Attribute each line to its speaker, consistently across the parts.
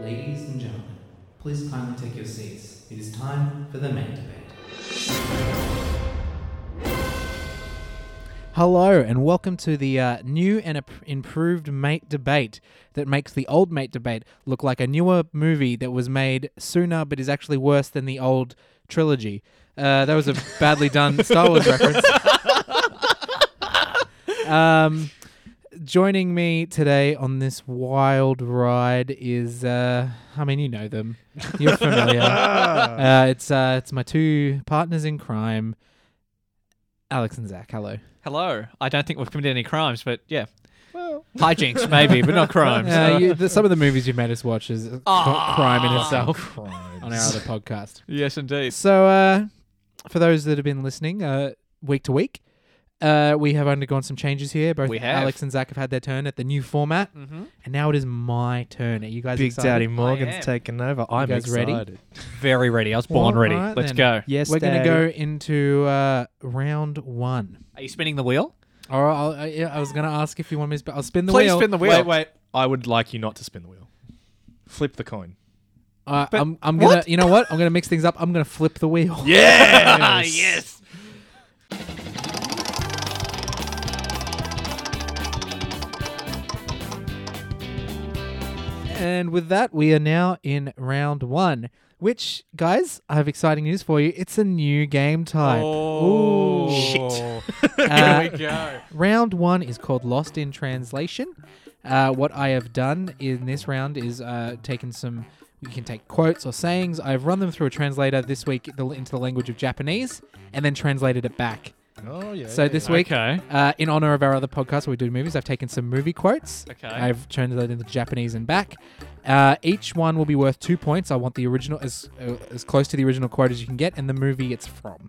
Speaker 1: Ladies and gentlemen, please kindly take your seats. It is time for the main debate. Hello, and welcome to the uh, new and ap- improved mate debate that makes the old mate debate look like a newer movie that was made sooner but is actually worse than the old trilogy. Uh, that was a badly done Star Wars reference. um, joining me today on this wild ride is, uh, I mean, you know them, you're familiar. uh, it's uh, it's my two partners in crime, Alex and Zach. Hello.
Speaker 2: Hello. I don't think we've committed any crimes, but yeah.
Speaker 1: Well,
Speaker 2: Hijinks, maybe, but not crimes.
Speaker 1: uh, you, the, some of the movies you've made us watch is a cr- crime in itself on our
Speaker 3: Crimes.
Speaker 1: other podcast.
Speaker 2: yes, indeed.
Speaker 1: So, uh, for those that have been listening uh, week to week, uh, we have undergone some changes here. Both
Speaker 2: We have.
Speaker 1: Alex and Zach have Mm. had their turn at the new format,
Speaker 2: Mm-hmm.
Speaker 1: and now it is my turn. Are you guys
Speaker 3: Big
Speaker 1: excited?
Speaker 3: Daddy
Speaker 2: am.
Speaker 3: Morgan's taken over. I'm
Speaker 1: guys ready?
Speaker 3: excited.
Speaker 2: Very ready. I was born
Speaker 1: All
Speaker 2: ready.
Speaker 1: right
Speaker 2: Let's
Speaker 1: then.
Speaker 2: go.
Speaker 3: Yes,
Speaker 1: We're going to
Speaker 3: Daddy.
Speaker 1: go into uh, round one.
Speaker 2: Are you spinning the wheel?
Speaker 1: Or I'll, I, yeah, I was going to ask if you want me to spin. I'll spin the
Speaker 2: Please
Speaker 1: wheel.
Speaker 2: spin the wheel.
Speaker 3: Wait, wait. I would like you not to spin the wheel. Flip the coin.
Speaker 1: Uh,
Speaker 2: But
Speaker 1: I'm, I'm
Speaker 2: what?
Speaker 1: gonna. You know what? I'm gonna mix things up. I'm gonna flip the wheel.
Speaker 2: Yeah. yes.
Speaker 1: And with that, we are now in round one. Which, guys, I have exciting news for you. It's a new game type.
Speaker 2: Oh.
Speaker 1: Ooh.
Speaker 2: Shit.
Speaker 1: Uh,
Speaker 2: Here we go.
Speaker 1: round one is called Lost in Translation. Uh, what I have done in this round is uh, taken some. You can take quotes or sayings. I've run them through a translator this week the- into the language of Japanese, and then translated it back.
Speaker 3: Oh yeah.
Speaker 1: So this week,
Speaker 2: Okay.
Speaker 1: uh, in honor of our other podcast where we do movies, I've taken some movie quotes.
Speaker 2: Okay.
Speaker 1: I've turned that into Japanese and back. Uh, each one will be worth two points. I want the original as uh, as close to the original quote as you can get, and the movie it's from.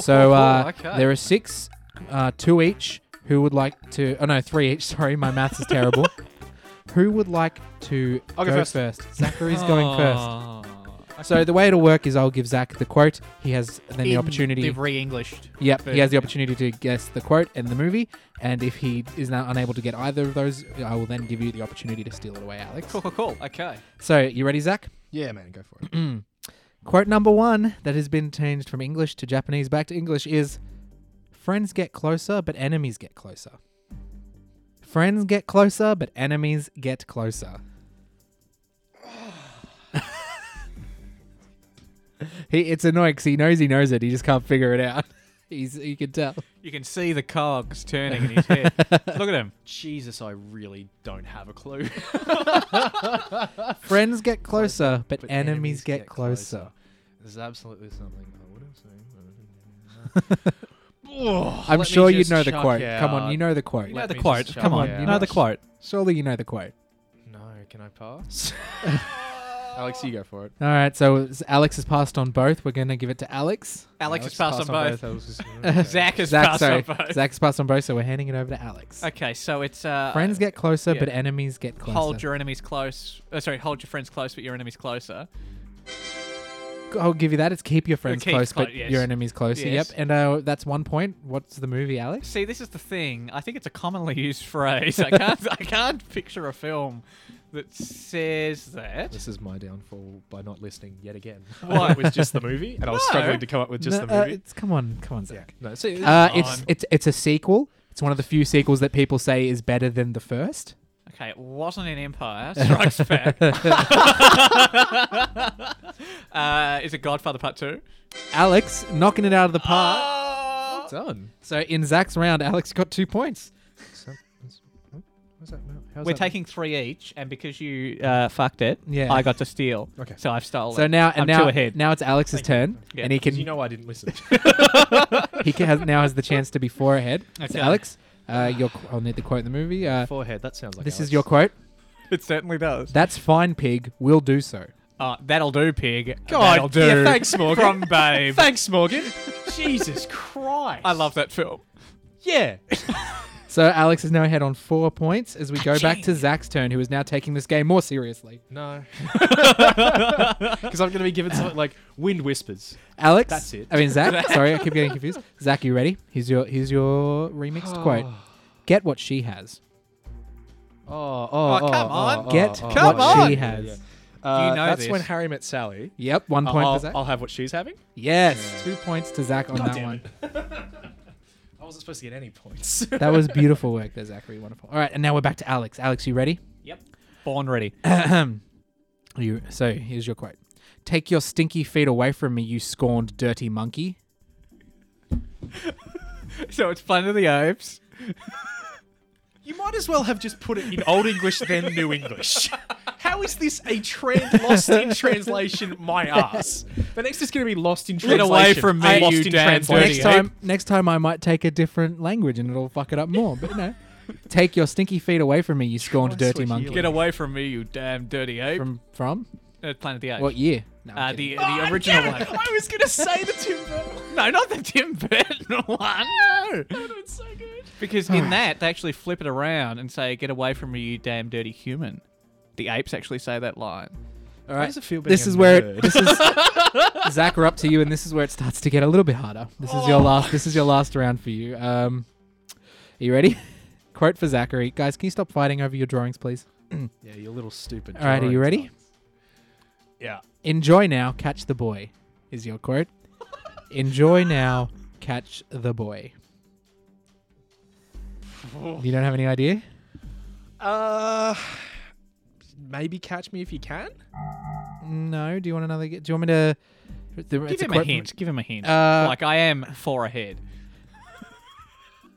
Speaker 1: So uh, there are six, uh, two each. Who would like to? Oh no, three each. Sorry, my maths is terrible. Who would like to
Speaker 3: I'll go first. Oh.
Speaker 1: Zachary's going first.
Speaker 2: Oh.
Speaker 1: So the way it'll work is I'll give Zach the quote. He has then the opportunity.
Speaker 2: They've re-Englished.
Speaker 1: Yep, he has the
Speaker 2: version.
Speaker 1: opportunity to guess the quote and the movie, and if he is now unable to get either of those, I will then give you the opportunity to steal it away, Alex.
Speaker 2: Cool, cool, cool. Okay.
Speaker 1: So, you ready, Zach?
Speaker 3: Yeah, man, go for it.
Speaker 1: Quote number one that has been changed from English to Japanese back to English is Friends get closer, but enemies get closer. Friends get closer, but enemies get closer. he, it's annoying 'cause he knows he knows it. He just can't figure it out. He's, you can tell.
Speaker 2: You can see the cogs turning in his head. Look at him. Jesus, I really don't have a clue.
Speaker 1: Friends get closer, but, enemies, get, closer.
Speaker 3: There's absolutely something I would have seen.
Speaker 1: I'm sure you know the quote. Come on, you know the quote.
Speaker 2: You know
Speaker 3: Let
Speaker 2: the
Speaker 3: me
Speaker 2: quote.
Speaker 3: just
Speaker 2: Come
Speaker 3: chuck
Speaker 2: on.
Speaker 1: it
Speaker 2: You
Speaker 1: out.
Speaker 2: know the quote.
Speaker 1: Surely you know the quote.
Speaker 3: No, can I pass? Alex, you go for it.
Speaker 1: All right, so s- Alex has passed on both. We're going to give it to Alex.
Speaker 2: Alex has passed on both.
Speaker 3: I was just gonna- okay.
Speaker 2: Zach has
Speaker 1: Zach,
Speaker 2: passed
Speaker 1: sorry.
Speaker 2: on both.
Speaker 1: Zach's passed on both, so we're handing it over to Alex.
Speaker 2: Okay, so it's uh,
Speaker 1: Friends get closer,
Speaker 2: yeah.
Speaker 1: but enemies get closer.
Speaker 2: hold your enemies close. Uh, sorry, hold your friends close, but your enemies closer.
Speaker 1: I'll give you that. It's keep your friends
Speaker 2: keep
Speaker 1: close,
Speaker 2: clo-
Speaker 1: but
Speaker 2: yes.
Speaker 1: your enemies closer.
Speaker 2: Yes.
Speaker 1: Yep, and uh, that's one point. What's the movie, Alex?
Speaker 2: See, this is the thing. I think it's a commonly used phrase. I can't, I can't picture a film that says that.
Speaker 3: This is my downfall by not listening yet again.
Speaker 2: What?
Speaker 3: it was just the movie, and I was
Speaker 2: No.
Speaker 3: struggling to come up with just
Speaker 1: No,
Speaker 3: the
Speaker 1: uh,
Speaker 3: movie.
Speaker 1: it's- come on, come on, Zach.
Speaker 3: no, see,
Speaker 1: Uh,
Speaker 2: Come
Speaker 1: it's
Speaker 2: on.
Speaker 1: it's it's a sequel. It's one of the few sequels that people say is better than the first.
Speaker 2: Okay, it wasn't an Empire Strikes Back. uh, is it Godfather Part Two?
Speaker 1: Alex knocking it out of the park.
Speaker 2: Oh!
Speaker 3: done.
Speaker 1: So in Zach's round, Alex got two points.
Speaker 2: We're taking three each, and because you uh, fucked it,
Speaker 1: Yeah.
Speaker 2: I got to steal.
Speaker 3: Okay.
Speaker 2: So I've stolen.
Speaker 1: So now and
Speaker 2: I'm
Speaker 1: now
Speaker 2: two ahead.
Speaker 1: now it's Alex's turn,
Speaker 2: Yeah.
Speaker 1: and he can
Speaker 3: You know I didn't listen.
Speaker 1: he can, has, now has the chance to be four ahead. So
Speaker 2: Okay.
Speaker 1: Alex, uh, your qu- I'll need the quote in the movie. Uh,
Speaker 3: Forehead. That sounds like
Speaker 1: this
Speaker 3: Alex.
Speaker 1: is your quote.
Speaker 2: it certainly does.
Speaker 1: That's fine, pig. We'll do so.
Speaker 2: Uh, that'll do, pig.
Speaker 3: God,
Speaker 2: that'll do.
Speaker 3: yeah, thanks, Morgan.
Speaker 2: From Babe.
Speaker 3: Thanks, Morgan. Jesus Christ.
Speaker 2: I love that film.
Speaker 3: Yeah.
Speaker 1: So Alex is now ahead on four points as we go back to Zach's turn, who is now taking this game more seriously.
Speaker 3: No. Because I'm going to be given something like wind whispers.
Speaker 1: Alex,
Speaker 3: That's it.
Speaker 1: I mean Zach. sorry, I keep getting confused. Zach, you ready? Here's your here's your remixed quote. Get what she has.
Speaker 3: Oh, oh,
Speaker 2: Oh, come on.
Speaker 1: Get
Speaker 2: Come
Speaker 1: what
Speaker 2: on.
Speaker 1: she has.
Speaker 2: you
Speaker 3: Uh,
Speaker 2: know
Speaker 3: that's
Speaker 2: this?
Speaker 3: when Harry met Sally.
Speaker 1: Yep, one point
Speaker 3: I'll,
Speaker 1: for Zach.
Speaker 3: I'll have what she's having.
Speaker 1: yes, two points to Zach on that
Speaker 3: damn
Speaker 1: one.
Speaker 3: I wasn't supposed to get any points.
Speaker 1: That was beautiful work there, Zachary. Wonderful. All right, and now we're back to Alex. Alex, you ready?
Speaker 2: Born ready.
Speaker 1: You, so here's your quote Take your stinky feet away from me, you scorned dirty monkey.
Speaker 2: so it's fun of the apes.
Speaker 3: you might as well have just put it in Old English then New English. How is this a trans lost in translation? My ass. The next is going to be lost in
Speaker 2: Get
Speaker 3: translation.
Speaker 2: away from me,
Speaker 3: lost
Speaker 2: you
Speaker 3: in
Speaker 2: damn
Speaker 3: translation.
Speaker 1: next time, next time I might take a different language and it'll fuck it up more. But no, take your stinky feet away from me, you scorned
Speaker 3: Christ,
Speaker 1: dirty
Speaker 3: we're
Speaker 1: monkey.
Speaker 2: Get away from me, you damn dirty ape. From
Speaker 1: From from
Speaker 2: uh, Planet of the Apes.
Speaker 1: what year? No,
Speaker 2: Uh,
Speaker 1: I'm
Speaker 2: the
Speaker 1: kidding.
Speaker 2: the original one.
Speaker 3: Oh, I was going to say the Tim Burton.
Speaker 2: No, not the Tim Burton one. No.
Speaker 3: It's so good.
Speaker 2: Because in that, they actually flip it around and say, get away from me, you damn dirty human. The apes actually say that line.
Speaker 1: All right.
Speaker 3: does it feel being
Speaker 1: this
Speaker 3: a
Speaker 1: is where
Speaker 3: nerd?
Speaker 1: it, this is Zach. We're up to you, and this is where it starts to get a little bit harder. This is
Speaker 2: Oh.
Speaker 1: your last. This is your last round for you. Um, are you ready? Quote for Zachary. Guys, can you stop fighting over your drawings, please?
Speaker 3: Yeah, you little stupid.
Speaker 1: All right, are you
Speaker 3: drawings.
Speaker 1: ready?
Speaker 3: Yeah.
Speaker 1: Enjoy now, catch the boy. Is your quote? Enjoy now, catch the boy. You don't have any idea?
Speaker 3: Uh, maybe catch me if you can.
Speaker 1: No. Do you want another? gu- Do you want me to? the-
Speaker 2: Give
Speaker 1: it's
Speaker 2: him a
Speaker 1: quote from-
Speaker 2: hint. Give him a hint.
Speaker 1: Uh,
Speaker 2: like, I am four ahead.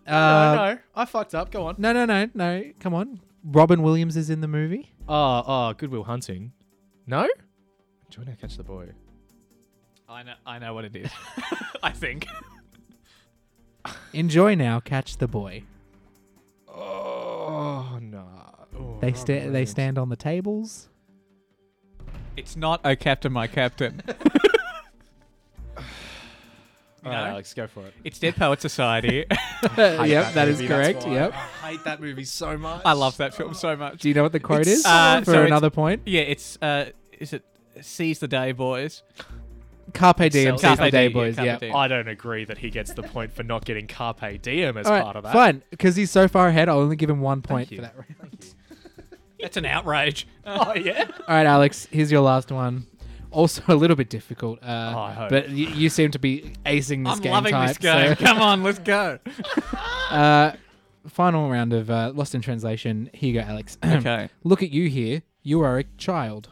Speaker 1: Uh,
Speaker 3: no, I fucked up. Go on.
Speaker 1: no, no, no, no. Come on. Robin Williams is in the movie.
Speaker 3: Oh, oh, Goodwill Hunting. No? Do you want to catch the boy?
Speaker 2: I know, I know what it is. I think.
Speaker 1: Enjoy now, catch the boy.
Speaker 3: Oh, no.
Speaker 1: They sta- they stand on the tables.
Speaker 2: It's not Oh Captain, My Captain. No?
Speaker 3: All right, Alex, go for it.
Speaker 2: It's Dead Poet Society.
Speaker 1: yep, that is
Speaker 3: movie, that's
Speaker 1: correct.
Speaker 3: why.
Speaker 1: Yep.
Speaker 3: I hate that movie so much.
Speaker 2: I love that film so much.
Speaker 1: Do you know what the quote
Speaker 3: It's
Speaker 1: is
Speaker 3: so
Speaker 2: Uh,
Speaker 1: for
Speaker 2: so it's-
Speaker 1: another point?
Speaker 2: Yeah, it's, uh, is it Seize the Day, Boys?
Speaker 1: Carpe diem,
Speaker 3: Carpe
Speaker 1: seize the
Speaker 2: diem,
Speaker 1: day,
Speaker 2: yeah,
Speaker 1: boys.
Speaker 2: carpe
Speaker 1: Yep.
Speaker 2: diem.
Speaker 3: I don't agree that he gets the point for not getting Carpe Diem as
Speaker 2: Oh,
Speaker 1: All right,
Speaker 3: part of that.
Speaker 1: fine. Because he's so far ahead, I'll only give him one point
Speaker 3: you.
Speaker 1: for that. round.
Speaker 2: That's an outrage.
Speaker 3: Oh, yeah?
Speaker 1: All right, Alex. Here's your last one. Also a little bit difficult. Uh,
Speaker 3: I hope.
Speaker 1: But you, you seem to be acing this
Speaker 2: Oh, I'm
Speaker 1: game
Speaker 2: loving
Speaker 1: type.
Speaker 2: this game.
Speaker 1: so,
Speaker 2: Come on, let's go.
Speaker 1: uh, final round of uh, Lost in Translation. Here you go, Alex.
Speaker 2: Okay.
Speaker 1: Look at you here. You are a child.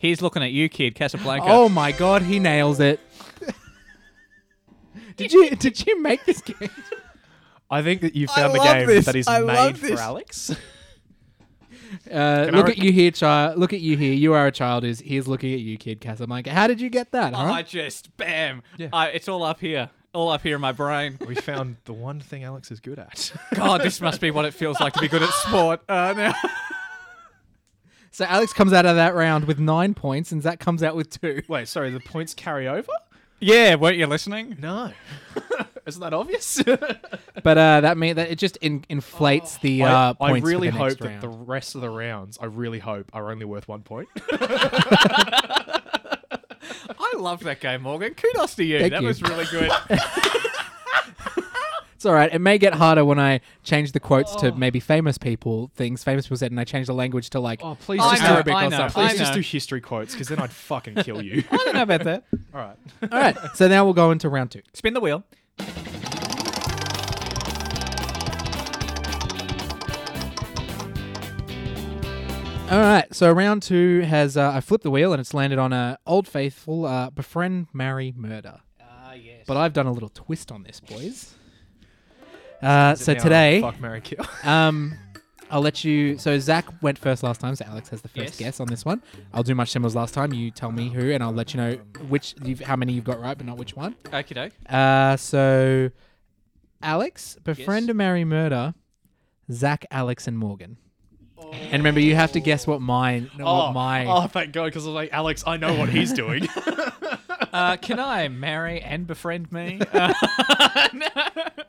Speaker 2: He's looking at you, kid, Casablanca.
Speaker 1: Oh my god, he nails it. did you did you make this game?
Speaker 3: I think that you
Speaker 2: I
Speaker 3: found the
Speaker 2: love
Speaker 3: game
Speaker 2: this.
Speaker 3: that is
Speaker 2: I
Speaker 3: made
Speaker 2: love
Speaker 3: for
Speaker 2: this.
Speaker 3: Alex.
Speaker 1: Uh,
Speaker 3: Can I
Speaker 1: look
Speaker 3: re-
Speaker 1: at you here, child. Look at you here. You are a child. Is here's looking at you, kid Casablanca. How did you get that? Huh?
Speaker 2: I just bam. I, it's all up here, all up here in my brain.
Speaker 3: we found the one thing Alex is good at.
Speaker 2: God, this must be what it feels like to be good at sport. Uh, now.
Speaker 1: so Alex comes out of that round with nine points, and Zach comes out with two.
Speaker 3: Wait, sorry, the points carry over?
Speaker 2: Yeah, weren't you listening?
Speaker 3: No. Isn't that obvious?
Speaker 1: But uh, that mean that it just in- inflates the uh,
Speaker 3: Oh, I, I
Speaker 1: points. for
Speaker 3: really
Speaker 1: the
Speaker 3: hope
Speaker 1: next
Speaker 3: that
Speaker 1: round.
Speaker 3: the rest of the rounds, I really hope, are only worth one point.
Speaker 2: I love that game, Morgan. Kudos to you.
Speaker 1: Thank
Speaker 2: that
Speaker 1: you.
Speaker 2: was really good.
Speaker 1: It's all right. It may get harder when I change the quotes
Speaker 3: Oh.
Speaker 1: to maybe famous people things famous people said, and I change the language to like
Speaker 3: Oh, please
Speaker 2: I
Speaker 3: just,
Speaker 2: know,
Speaker 1: Arabic
Speaker 2: I
Speaker 1: or
Speaker 2: know,
Speaker 1: something.
Speaker 2: I
Speaker 3: please just
Speaker 2: know.
Speaker 3: do history quotes because then I'd fucking kill you.
Speaker 2: I don't know about that.
Speaker 3: All right.
Speaker 1: All right. So now we'll go into round two.
Speaker 2: Spin the wheel.
Speaker 1: All right, so round two has uh, I flipped the wheel and it's landed on a old faithful uh, befriend, marry, murder.
Speaker 3: Uh,
Speaker 2: Ah, yes.
Speaker 1: But I've done a little twist on this, boys. Uh, so
Speaker 3: Now,
Speaker 1: today,
Speaker 3: Oh, Fuck, Mary kill.
Speaker 1: um, I'll let you. So Zach went first last time, so Alex has the first
Speaker 2: Yes.
Speaker 1: guess on this one. I'll do much similar as last time. You tell me who, and I'll let you know which you've, how many you've got right, but not which one.
Speaker 2: Okie doke.
Speaker 1: Uh, so Alex, befriend,
Speaker 2: Yes.
Speaker 1: marry, murder. Zach, Alex, and Morgan. And remember, you have to guess what mine. what my
Speaker 3: oh, thank God, because I was like, Alex, I know what he's doing.
Speaker 2: Uh, can I marry and befriend me? Uh,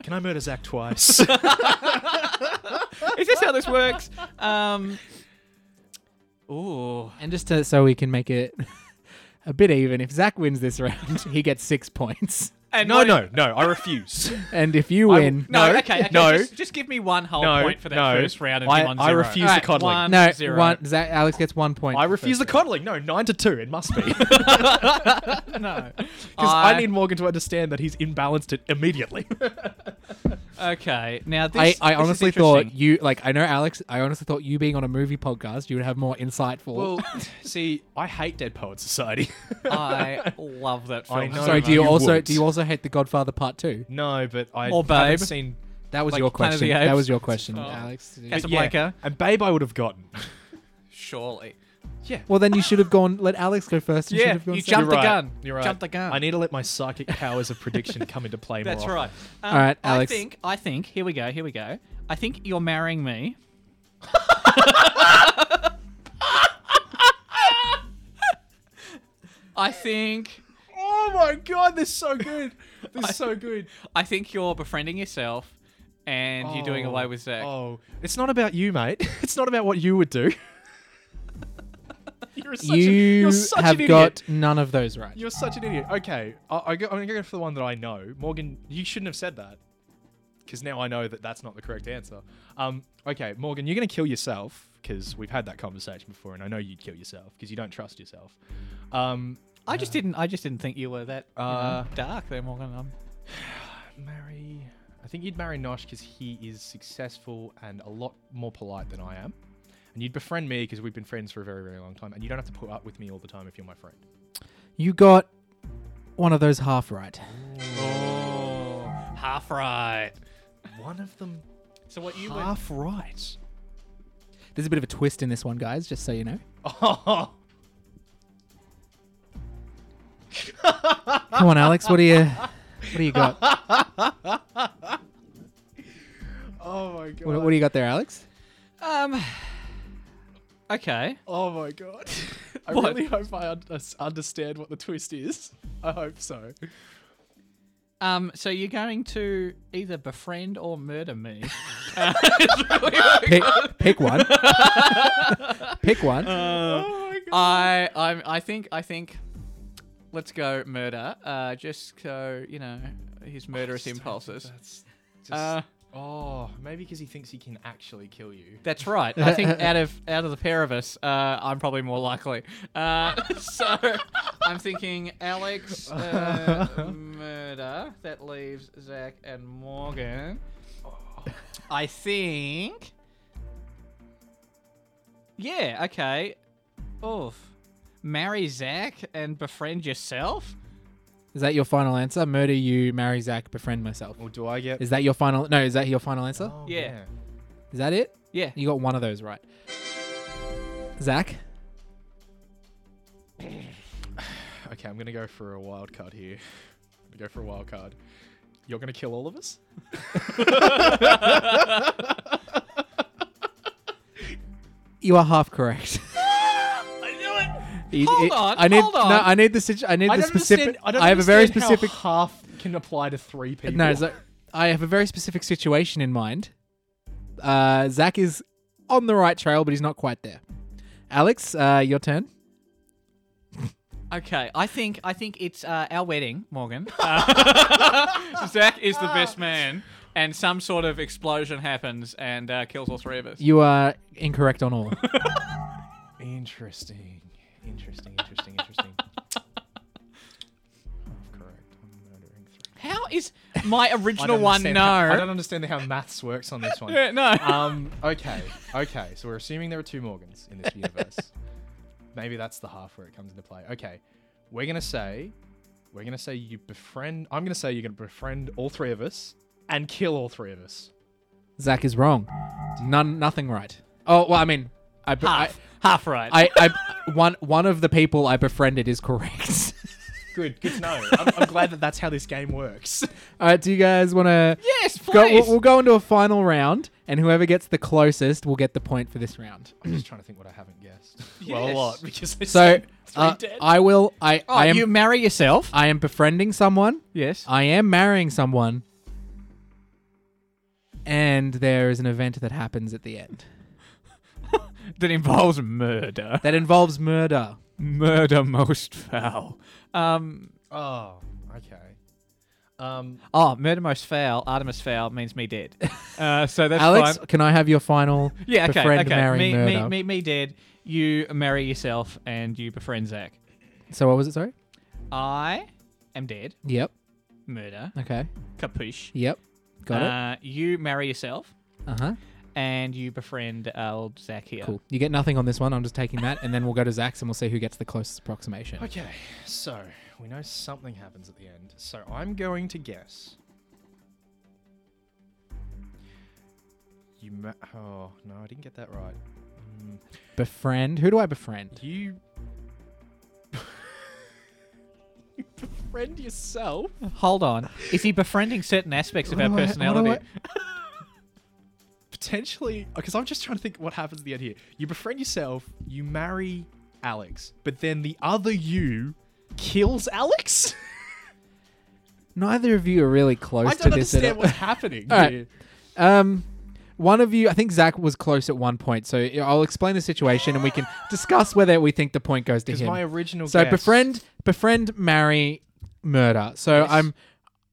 Speaker 3: Can I murder Zach twice?
Speaker 2: is this how this works? Um, ooh.
Speaker 1: And just to, so we can make it a bit even, if Zach wins this round, he gets six points.
Speaker 2: And
Speaker 3: No,
Speaker 2: what-
Speaker 3: no, no. I refuse.
Speaker 1: And if you
Speaker 3: I-
Speaker 1: win,
Speaker 2: No,
Speaker 3: No,
Speaker 2: okay, okay,
Speaker 3: no.
Speaker 2: Just, just give me one whole
Speaker 3: No,
Speaker 2: point for that
Speaker 3: no.
Speaker 2: first round and
Speaker 3: I-
Speaker 2: you on
Speaker 3: I
Speaker 2: zero.
Speaker 3: refuse the
Speaker 2: Alright,
Speaker 3: coddling.
Speaker 2: One,
Speaker 1: no,
Speaker 2: zero.
Speaker 1: one. Zach, Alex gets one point.
Speaker 3: I
Speaker 1: for
Speaker 3: refuse the
Speaker 1: first
Speaker 3: coddling. No, nine to two. It must be because
Speaker 2: no.
Speaker 3: I... need Morgan to understand that he's imbalanced it immediately.
Speaker 2: Okay, now this.
Speaker 1: round. I, I
Speaker 2: this is
Speaker 1: honestly thought
Speaker 2: interesting.
Speaker 1: you like. I know Alex. I honestly thought you being on a movie podcast, you would have more insightful.
Speaker 3: well, see, I hate Dead Poets Society.
Speaker 2: I love that film.
Speaker 3: I know.
Speaker 1: Sorry,
Speaker 2: so
Speaker 1: do you,
Speaker 3: you
Speaker 1: also
Speaker 3: would.
Speaker 1: do you also hate The Godfather Part Two?
Speaker 3: no, but I
Speaker 2: Or Babe.
Speaker 3: haven't seen.
Speaker 1: That was
Speaker 2: Like
Speaker 1: your
Speaker 2: Planet of the
Speaker 1: question. That
Speaker 2: Apes?
Speaker 1: was your question,
Speaker 2: Oh.
Speaker 1: Alex.
Speaker 2: Yes.
Speaker 3: but
Speaker 2: Casablanca.
Speaker 3: and Babe, I would have gotten.
Speaker 2: Surely.
Speaker 3: Yeah.
Speaker 1: Well, then you should have gone. Let Alex go first. You should
Speaker 2: Yeah,
Speaker 1: have gone
Speaker 2: you
Speaker 1: second.
Speaker 2: jumped
Speaker 3: You're
Speaker 2: the
Speaker 3: right.
Speaker 2: gun.
Speaker 3: You're right.
Speaker 2: Jumped the gun.
Speaker 3: I need to let my psychic powers of prediction come into play
Speaker 2: That's
Speaker 3: more.
Speaker 2: right. Um,
Speaker 1: All right, Alex.
Speaker 2: I think. I think. Here we go. Here we go. I think you're marrying me. I think.
Speaker 3: Oh my god, this is so good. This is so good.
Speaker 2: I think you're befriending yourself, and you're doing away with Zach.
Speaker 3: Oh, it's not about you, mate. It's not about what you would do. you're such, a,
Speaker 1: You
Speaker 3: you're such
Speaker 1: have
Speaker 3: an idiot.
Speaker 1: got none of those right.
Speaker 3: You're such an idiot. Okay, I, I go, I'm going to go for the one that I know. Morgan, you shouldn't have said that. Because now I know that that's not the correct answer. Um, okay, Morgan, you're going to kill yourself. Because we've had that conversation before, and I know you'd kill yourself because you don't trust yourself. Um,
Speaker 2: I just didn't. I just didn't think you were that you know,
Speaker 3: Uh,
Speaker 2: dark there, Morgan. Um,
Speaker 3: marry. I think you'd marry Nosh because he is successful and a lot more polite than I am. And you'd befriend me because we've been friends for a very, very long time. And you don't have to put up with me all the time if you're my friend.
Speaker 1: You got one of those half right.
Speaker 2: oh, half right.
Speaker 3: One of them
Speaker 2: So what you went?
Speaker 3: half right.
Speaker 1: There's a bit of a twist in this one, guys. Just so you know.
Speaker 3: Oh,
Speaker 1: Come on, Alex. What do you? What do you got? What,
Speaker 3: oh my god.
Speaker 1: what do you got there, Alex?
Speaker 2: Um. Okay.
Speaker 3: Oh my god. I
Speaker 2: What?
Speaker 3: really hope I un- us- understand what the twist is. I hope so.
Speaker 2: Um, so you're going to either befriend or murder me.
Speaker 1: Pick, pick one. pick one.
Speaker 3: oh my god.
Speaker 2: I, I'm, I think, I think, let's go murder. Uh, just so you know his murderous impulses.
Speaker 3: That's just.
Speaker 2: Uh,
Speaker 3: oh, maybe because he thinks he can actually kill you.
Speaker 2: that's right. I think out of out of the pair of us, uh, I'm probably more likely. Uh, so I'm thinking Alex uh, murder. That leaves Zach and Morgan. I think. Yeah, okay. Oof. Marry Zach and befriend yourself?
Speaker 1: Is that your final answer? Murder you, marry Zach, befriend myself.
Speaker 3: Or do I get.
Speaker 1: Is that your final? No, is that your final answer?
Speaker 3: Oh,
Speaker 2: Yeah.
Speaker 1: Is that it?
Speaker 2: Yeah.
Speaker 1: You got one of those right. Zach,
Speaker 3: Okay, I'm gonna go for a wild card here. I'm gonna go for a wild card. You're gonna kill all of us?
Speaker 1: you are half correct.
Speaker 2: I knew
Speaker 1: You-
Speaker 2: Hold
Speaker 1: it-
Speaker 2: on,
Speaker 1: I need
Speaker 2: hold on.
Speaker 1: no. I need the situ- I need the specific. have a very specific.
Speaker 3: half can apply to three people.
Speaker 1: No, so I have a very specific situation in mind. Uh, Zach is on the right trail, but he's not quite there. Alex, uh, your turn.
Speaker 2: it. Okay, I think I think it's uh, our wedding, Morgan. Uh, Zach is the best man, and some sort of explosion happens and uh, kills all three of us.
Speaker 1: You are incorrect on all.
Speaker 3: Interesting. Interesting, interesting, interesting. Half correct. I'm murdering three.
Speaker 2: How is my
Speaker 3: I
Speaker 2: original
Speaker 3: don't
Speaker 2: one?
Speaker 3: understand
Speaker 2: No, Uh,
Speaker 3: how- I don't understand how maths works on this one.
Speaker 2: Yeah, no.
Speaker 3: Um, okay, okay. So we're assuming there are two Morgans in this universe. Maybe that's the half where it comes into play. Okay, we're gonna say, we're gonna say you befriend. I'm gonna say you're gonna befriend all three of us and kill all three of us.
Speaker 1: Zach is wrong. None, nothing right. Oh well, I mean, I, be- I,
Speaker 2: half, half right.
Speaker 1: I, I- one, one of the people I befriended is correct.
Speaker 3: Good, good to know. I'm, I'm glad that that's how this game works.
Speaker 1: All right, do you guys want to?
Speaker 2: yes,
Speaker 1: Go, we'll,
Speaker 2: please.
Speaker 1: we'll go into a final round, and whoever gets the closest will get the point for this round.
Speaker 3: I'm just trying to think what I haven't guessed. Well, a
Speaker 2: Yes.
Speaker 3: lot because I
Speaker 1: So
Speaker 3: said three
Speaker 1: uh,
Speaker 3: dead.
Speaker 1: I will. I,
Speaker 2: Oh,
Speaker 1: I am.
Speaker 2: you marry yourself?
Speaker 1: I am befriending someone.
Speaker 2: yes.
Speaker 1: I am marrying someone. And there is an event that happens at the end
Speaker 2: that involves murder.
Speaker 1: that involves murder.
Speaker 2: Murder most foul. Um,
Speaker 3: Oh, okay. Um,
Speaker 2: Oh, murder most foul, Artemis foul means me dead. Uh, so that's
Speaker 1: Alex,
Speaker 2: fine.
Speaker 1: can I have your final
Speaker 2: Yeah, okay,
Speaker 1: befriend,
Speaker 2: okay.
Speaker 1: marry,
Speaker 2: me,
Speaker 1: murder?
Speaker 2: me, me, me dead. You marry yourself and you befriend Zach.
Speaker 1: So what was it? Sorry.
Speaker 2: I am dead.
Speaker 1: Yep.
Speaker 2: Murder.
Speaker 1: Okay.
Speaker 2: Capuche.
Speaker 1: Yep. Got it.
Speaker 2: uh, You marry yourself
Speaker 1: Uh huh.
Speaker 2: and you befriend uh, old Zach here.
Speaker 1: Cool. You get nothing on this one. I'm just taking that, and then we'll go to Zach's and we'll see who gets the closest approximation.
Speaker 3: okay, so we know something happens at the end. So I'm going to guess. You. Ma- oh no, I didn't get that right. Mm,
Speaker 1: Befriend. Who do I befriend?
Speaker 3: you. you befriend yourself.
Speaker 2: Hold on. Is he befriending certain aspects of our
Speaker 3: What do I- what do
Speaker 2: personality?
Speaker 3: potentially because I'm just trying to think what happens at the end here. You befriend yourself, you marry Alex, but then the other you kills Alex.
Speaker 1: Neither of you are really close
Speaker 3: I
Speaker 1: to
Speaker 3: don't
Speaker 1: this at
Speaker 3: understand
Speaker 1: all.
Speaker 3: what's happening.
Speaker 1: All right.
Speaker 3: here.
Speaker 1: Um, one of you, I think Zach was close at one point, so I'll explain the situation and we can discuss whether we think the point goes to
Speaker 3: 'Cause
Speaker 1: him.
Speaker 3: my original
Speaker 1: So
Speaker 3: guess-
Speaker 1: befriend, befriend, marry, murder. So
Speaker 3: Yes.
Speaker 1: I'm,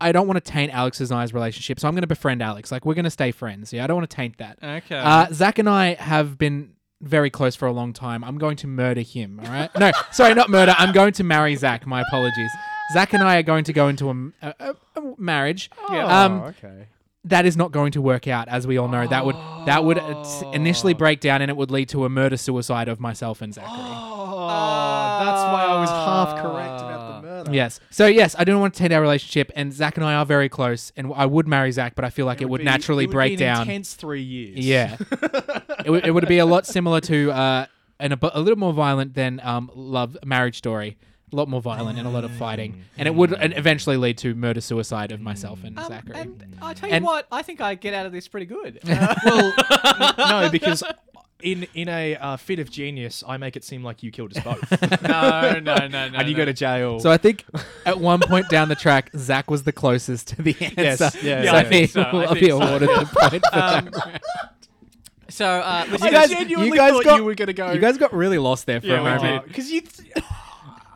Speaker 1: I don't want to taint Alex's and I's relationship. So I'm going to befriend Alex. Like we're going to stay friends. Yeah, I don't want to taint that.
Speaker 2: okay.
Speaker 1: Uh, Zach and I have been very close for a long time. I'm going to murder him. All right. No, sorry, not murder. I'm going to marry Zach. My apologies. Zach and I are going to go into a, m- a- a- a marriage.
Speaker 3: Yeah.
Speaker 1: Um,
Speaker 3: okay.
Speaker 1: that is not going to work out, as we all know. That would that would uh, s-
Speaker 3: Oh.
Speaker 1: initially break down, and it would lead to a murder suicide of myself and Zachary.
Speaker 3: Oh, that's why I was half correct
Speaker 1: Ah.
Speaker 3: about the murder.
Speaker 1: Yes. So yes, I don't want to taint our relationship, and Zach and I are very close, and I would marry Zach, but I feel like it, would
Speaker 3: be-
Speaker 1: naturally
Speaker 3: it would
Speaker 1: break
Speaker 3: be an
Speaker 1: down.
Speaker 3: Intense three years.
Speaker 1: Yeah. it, would it would be a lot similar to uh, and a, bu- a little more violent than um, Love Marriage Story. A lot more violent and a lot of fighting, and it would and eventually lead to murder suicide of myself and
Speaker 2: Um,
Speaker 1: Zachary.
Speaker 2: And I tell you
Speaker 1: And-
Speaker 2: what, I think I get out of this pretty good. Uh,
Speaker 3: well, n- no, because in in a uh, fit of genius, I make it seem like you killed us both, and
Speaker 2: no, no, no, no.
Speaker 3: you
Speaker 2: no.
Speaker 3: go to jail.
Speaker 1: So I think at one point down the track, Zach was the closest to the answer.
Speaker 3: Yes, yeah,
Speaker 1: so
Speaker 3: yeah. I
Speaker 1: he
Speaker 2: think so, I
Speaker 1: will
Speaker 2: think
Speaker 1: be
Speaker 2: so.
Speaker 1: awarded the point for
Speaker 2: Um,
Speaker 1: that.
Speaker 2: so, uh,
Speaker 3: I
Speaker 2: listen,
Speaker 1: guys-
Speaker 3: genuinely
Speaker 1: you guys
Speaker 3: thought
Speaker 1: got-
Speaker 3: you were gonna go.
Speaker 1: You guys got really lost there for a
Speaker 3: we
Speaker 1: moment.
Speaker 3: did. Because you.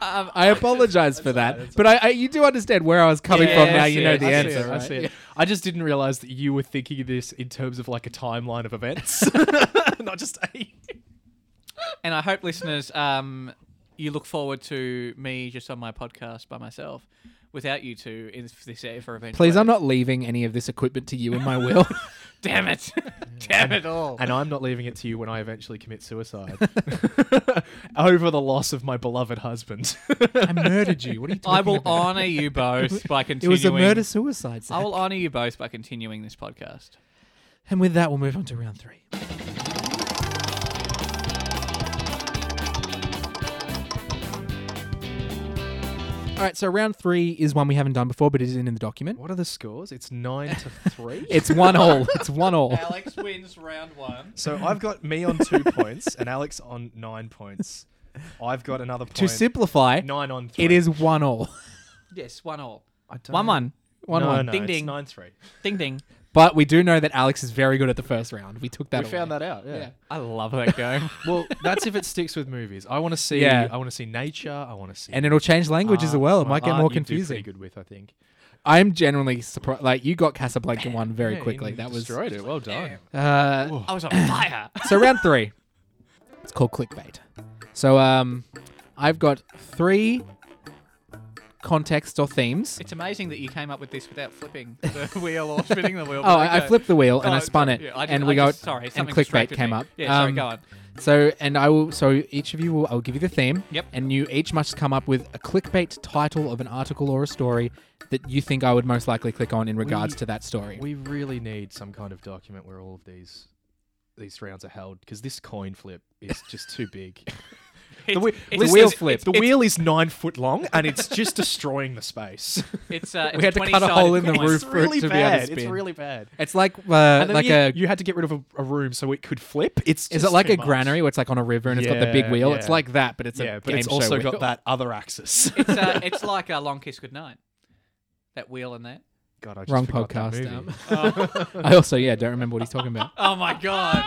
Speaker 2: um,
Speaker 1: I apologize for that, but I, I you do understand where I was coming
Speaker 2: Yeah,
Speaker 1: from.
Speaker 2: I
Speaker 1: Now
Speaker 2: see
Speaker 1: you know
Speaker 2: it,
Speaker 1: the
Speaker 2: I see
Speaker 1: answer.
Speaker 2: it,
Speaker 1: right?
Speaker 3: I see it. I just didn't realize that you were thinking of this in terms of like a timeline of events, not just a.
Speaker 2: and I hope listeners, um, you look forward to me just on my podcast by myself, without you two in this ever event.
Speaker 1: Please, I'm not leaving any of this equipment to you in my will.
Speaker 2: Damn it! Damn it all!
Speaker 3: And I'm not leaving it to you when I eventually commit suicide over the loss of my beloved husband.
Speaker 1: I murdered you. What are you talking
Speaker 2: I will honor you both by
Speaker 1: It
Speaker 2: continuing.
Speaker 1: was a murder suicide.
Speaker 2: I will honor you both by continuing this podcast.
Speaker 1: And with that, we'll move on to round three. All right, so round three is one we haven't done before, but it isn't in the document.
Speaker 3: what are the scores? It's nine to three.
Speaker 1: It's one all. It's one all.
Speaker 2: Alex wins round one.
Speaker 3: So I've got me on two points and Alex on nine points. I've got another point.
Speaker 1: To simplify,
Speaker 3: nine on three.
Speaker 1: it is one all.
Speaker 2: Yes, one all.
Speaker 3: I don't-
Speaker 2: One one.
Speaker 1: One
Speaker 3: no,
Speaker 1: one.
Speaker 3: No,
Speaker 2: Ding,
Speaker 3: it's
Speaker 2: ding.
Speaker 3: Nine three.
Speaker 2: Ding ding.
Speaker 1: But we do know that Alex is very good at the first round. We took that.
Speaker 3: we found that out.
Speaker 1: Yeah.
Speaker 3: Yeah.
Speaker 2: I love that game.
Speaker 3: well, that's if it sticks with movies. I want to see.
Speaker 1: Yeah.
Speaker 3: I want to see nature. I want to see.
Speaker 1: And it'll change language as
Speaker 3: art.
Speaker 1: well. It
Speaker 3: Ah, Well,
Speaker 1: might get
Speaker 3: art
Speaker 1: more
Speaker 3: you do pretty
Speaker 1: confusing.
Speaker 3: good with, I think.
Speaker 1: I'm generally surprised. Like you got Casablanca one very
Speaker 3: Yeah, you
Speaker 1: quickly. That was.
Speaker 3: destroyed it. Well done.
Speaker 1: Uh,
Speaker 2: I was on fire.
Speaker 1: so round three. It's called clickbait. So um, I've got three contexts or themes.
Speaker 2: It's amazing that you came up with this without flipping the wheel or spinning the wheel.
Speaker 1: Oh, I, I flipped the wheel and I spun it, and we got
Speaker 2: sorry,
Speaker 1: and
Speaker 2: something
Speaker 1: clickbait
Speaker 2: distracted
Speaker 1: came
Speaker 2: me.
Speaker 1: up.
Speaker 2: Yeah, sorry,
Speaker 1: Um,
Speaker 2: go on.
Speaker 1: So, and I will. So each of you will. I'll give you the theme.
Speaker 2: Yep.
Speaker 1: And you each must come up with a clickbait title of an article or a story that you think I would most likely click on in regards
Speaker 3: We-
Speaker 1: to that story.
Speaker 3: We really need some kind of document where all of these these rounds are held because this coin flip is just too big.
Speaker 2: It's,
Speaker 3: whe-
Speaker 2: it's,
Speaker 1: wheel
Speaker 3: listeners,
Speaker 1: flip.
Speaker 3: The wheel is nine foot long and it's just destroying the space.
Speaker 2: it's, uh, it's
Speaker 1: we had to cut a hole in the
Speaker 2: 20-sided coin.
Speaker 1: roof for it to be able to spin.
Speaker 3: It's really bad.
Speaker 1: It's like uh,
Speaker 3: And then
Speaker 1: like
Speaker 3: you,
Speaker 1: a
Speaker 3: you had to get rid of a, a room so it could flip. It's
Speaker 1: is
Speaker 3: just
Speaker 1: it like
Speaker 3: too
Speaker 1: a
Speaker 3: much.
Speaker 1: granary where it's like on a river and it's got the big
Speaker 3: Yeah,
Speaker 1: wheel? It's
Speaker 3: yeah.
Speaker 1: like that, but it's
Speaker 3: Yeah,
Speaker 1: a
Speaker 3: but
Speaker 1: game
Speaker 3: it's
Speaker 1: show
Speaker 3: also
Speaker 1: wheel.
Speaker 3: got that other axis.
Speaker 2: It's, uh, it's like a long kiss goodnight. That wheel and that.
Speaker 3: God, I just
Speaker 1: Wrong
Speaker 3: forgot that
Speaker 1: podcast.
Speaker 3: movie.
Speaker 1: um. I also yeah don't remember what he's talking about.
Speaker 2: Oh my god.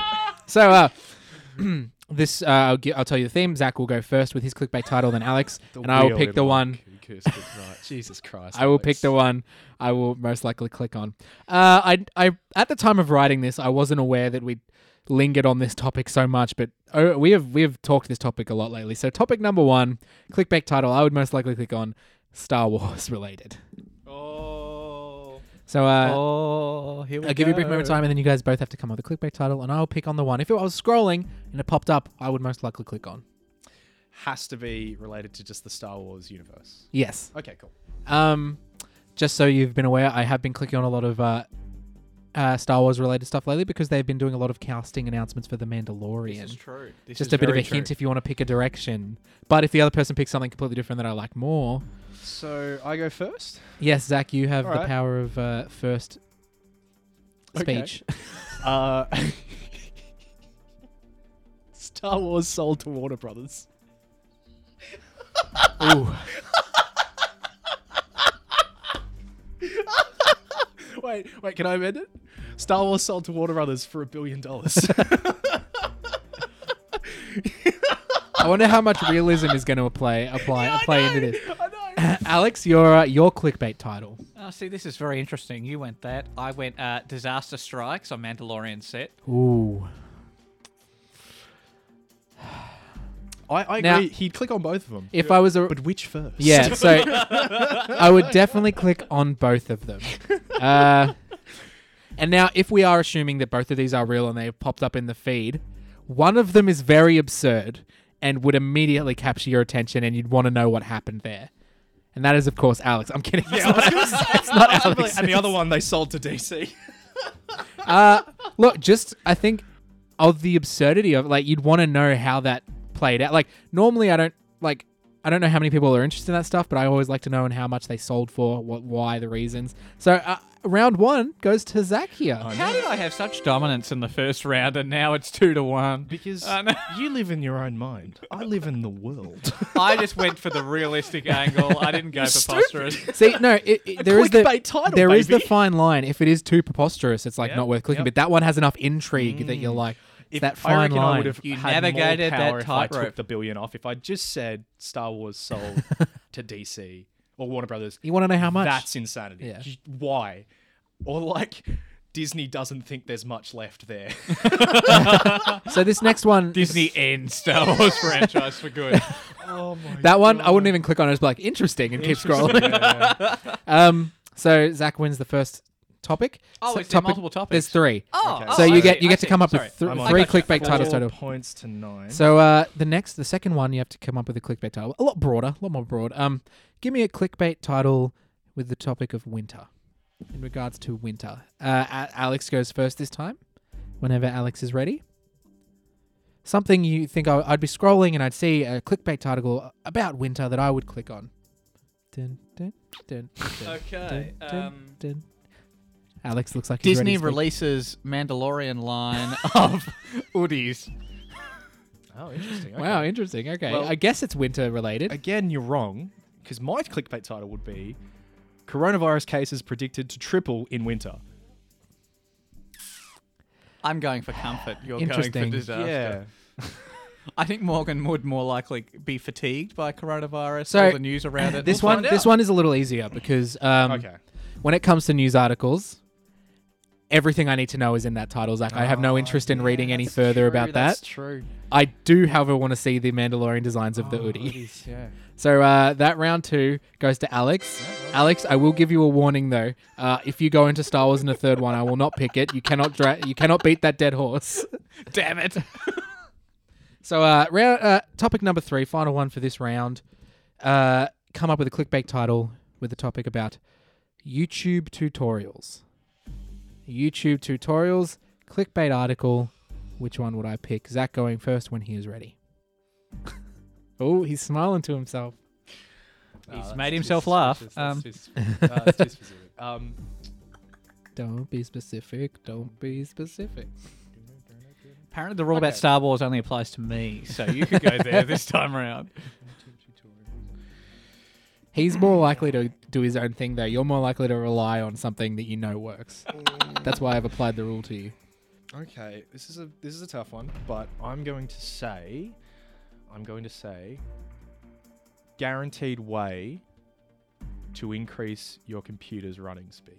Speaker 1: So uh, this uh, I'll, gi- I'll tell you the theme. Zach will go first with his clickbait title, then Alex,
Speaker 3: The
Speaker 1: and I will
Speaker 3: wheel
Speaker 1: pick
Speaker 3: in
Speaker 1: the
Speaker 3: Long
Speaker 1: one
Speaker 3: Kiss Goodnight. Jesus Christ.
Speaker 1: I will
Speaker 3: Alex.
Speaker 1: pick the one I will most likely click on. Uh, I, I, at the time of writing this, I wasn't aware that we lingered on this topic so much, but oh, we have we have talked this topic a lot lately. So, topic number one, clickbait title, I would most likely click on Star Wars related.
Speaker 3: Oh.
Speaker 1: So, uh,
Speaker 2: oh, here we
Speaker 1: I'll give you a brief moment of time, and then you guys both have to come up with a clickbait title, and I'll pick on the one. If it was scrolling and it popped up, I would most likely click on.
Speaker 3: Has to be related to just the Star Wars universe.
Speaker 1: Yes.
Speaker 3: Okay, cool.
Speaker 1: Um, just so you've been aware, I have been clicking on a lot of uh, uh, Star Wars related stuff lately because they've been doing a lot of casting announcements for The Mandalorian.
Speaker 2: This is true. This
Speaker 1: just
Speaker 2: is
Speaker 1: a bit of
Speaker 3: very
Speaker 1: a hint
Speaker 3: true.
Speaker 1: if you want to pick a direction. But if the other person picks something completely different that I like more,
Speaker 3: So I go first.
Speaker 1: yes, Zach, you have the
Speaker 3: Alright.
Speaker 1: power of uh, first
Speaker 3: Okay.
Speaker 1: speech.
Speaker 3: Uh, Star Wars sold to Warner Brothers.
Speaker 1: Ooh,
Speaker 3: Wait, wait, can I amend it? Star Wars sold to Warner Brothers for a billion dollars.
Speaker 1: I wonder how much realism is going to apply apply apply into this.
Speaker 3: I know.
Speaker 1: Alex, your uh, your clickbait title.
Speaker 2: Oh, see, this is very interesting. You went that. I went uh, disaster strikes on Mandalorian set.
Speaker 1: Ooh,
Speaker 3: I, I
Speaker 1: Now-
Speaker 3: agree. He'd click on both of them.
Speaker 1: if I was a
Speaker 3: But which first?
Speaker 1: Yeah, so I would definitely click on both of them. Uh, and now, if we are assuming that both of these are real and they have popped up in the feed, one of them is very absurd and would immediately capture your attention, and you'd want to know what happened there. And that is, of course, Alex. I'm kidding. It's not- it's not Alex.
Speaker 3: and the other one they sold to DC.
Speaker 1: Uh, look, just I think of the absurdity of like you'd want to know how that played out. Like normally I don't like I don't know how many people are interested in that stuff, but I always like to know and how much they sold for, what, why, the reasons. So uh, round one goes to Zach here.
Speaker 3: Oh,
Speaker 2: How did I have such dominance in the first round and now it's two to one?
Speaker 3: Because
Speaker 2: I know.
Speaker 3: you live in your own mind. I live in the world.
Speaker 2: I just went for the realistic angle. I didn't go preposterous.
Speaker 1: See, no, it, it, there is the
Speaker 3: clickbait title,
Speaker 1: there is the
Speaker 3: baby.
Speaker 1: fine line. If it is too preposterous, it's like
Speaker 3: Yeah,
Speaker 1: not worth clicking.
Speaker 3: yeah.
Speaker 1: But that one has enough intrigue that you're like, it's that
Speaker 3: Mm. I
Speaker 1: fine
Speaker 3: reckon I
Speaker 1: line.
Speaker 3: would have
Speaker 2: You
Speaker 3: had more
Speaker 2: navigated that
Speaker 3: power if I took
Speaker 2: tightrope.
Speaker 3: the billion off. If I just said Star Wars sold to DC or Warner Brothers,
Speaker 1: you want to know how much?
Speaker 3: that's insanity.
Speaker 1: Yeah.
Speaker 3: You- Why? Or like Disney doesn't think there's much left there.
Speaker 1: so this next one,
Speaker 2: Disney ends Star Wars franchise for good.
Speaker 3: oh my
Speaker 1: that one, I wouldn't even click on. it. It's like interesting and keep scrolling. Um, so Zach wins the first topic.
Speaker 2: Oh,
Speaker 1: So
Speaker 2: is there multiple topics?
Speaker 1: There's three.
Speaker 2: Oh,
Speaker 3: Okay.
Speaker 2: oh,
Speaker 1: so
Speaker 2: I
Speaker 1: you get
Speaker 2: see,
Speaker 1: you
Speaker 2: I
Speaker 1: get to
Speaker 2: see.
Speaker 1: come up
Speaker 2: Sorry.
Speaker 1: with th-
Speaker 3: I'm on-
Speaker 1: three
Speaker 2: I gotcha.
Speaker 1: clickbait
Speaker 2: Four.
Speaker 1: titles total.
Speaker 3: points to nine.
Speaker 1: So uh, the next, the second one, you have to come up with a clickbait title, a lot broader, a lot more broad. Um, give me a clickbait title with the topic of winter, in regards to winter. Uh, A- Alex goes first this time. Whenever Alex is ready, something you think I- I'd be scrolling and I'd see a clickbait article about winter that I would click on. Dun, dun, dun, dun,
Speaker 2: Okay.
Speaker 1: dun, dun,
Speaker 2: Um,
Speaker 1: dun. Alex looks like he's ready
Speaker 2: Disney
Speaker 1: to speak.
Speaker 2: releases Mandalorian line of hoodies.
Speaker 3: oh, interesting. Okay.
Speaker 1: Wow, interesting. Okay,
Speaker 3: Well-
Speaker 1: I guess it's winter related.
Speaker 3: Again, you're wrong because my clickbait title would be coronavirus cases predicted to triple in winter.
Speaker 2: I'm going for comfort. You're going for
Speaker 1: Interesting.
Speaker 2: disaster. I think Morgan would more likely be fatigued by coronavirus.
Speaker 1: So,
Speaker 2: all the news around it.
Speaker 1: this
Speaker 2: We'll
Speaker 1: one,
Speaker 2: find
Speaker 1: this
Speaker 2: out.
Speaker 1: one is a little easier because um,
Speaker 3: Okay.
Speaker 1: when it comes to news articles, everything I need to know is in that title. Zach, I have no interest in reading any further about that.
Speaker 3: Oh, true.
Speaker 1: I do, however, want to see the Mandalorian designs of the
Speaker 3: Oh.
Speaker 1: hoodie.
Speaker 3: yeah.
Speaker 1: So uh, that round two goes to Alex. Alex, I will give you a warning though. Uh, if you go into Star Wars in a third one, I will not pick it. You cannot dra- You cannot beat that dead horse.
Speaker 2: Damn it.
Speaker 1: So, uh, round, uh, topic number three, final one for this round. Uh, come up with a clickbait title with a topic about YouTube tutorials. YouTube tutorials, clickbait article. Which one would I pick? Zach going first when he is ready. oh, he's smiling to himself.
Speaker 2: He's
Speaker 3: Uh,
Speaker 2: made himself laugh. Um,
Speaker 3: that's too specific. Um,
Speaker 1: Don't be specific. Don't be specific.
Speaker 2: Apparently, the rule about
Speaker 3: Okay.
Speaker 2: Star Wars only applies to me, so you could go there this time around.
Speaker 1: He's more likely to do his own thing, though. You're more likely to rely on something that you know works. That's why I've applied the rule to you.
Speaker 3: okay, this is a this is a tough one, but I'm going to say, I'm going to say, guaranteed way to increase your computer's running speed.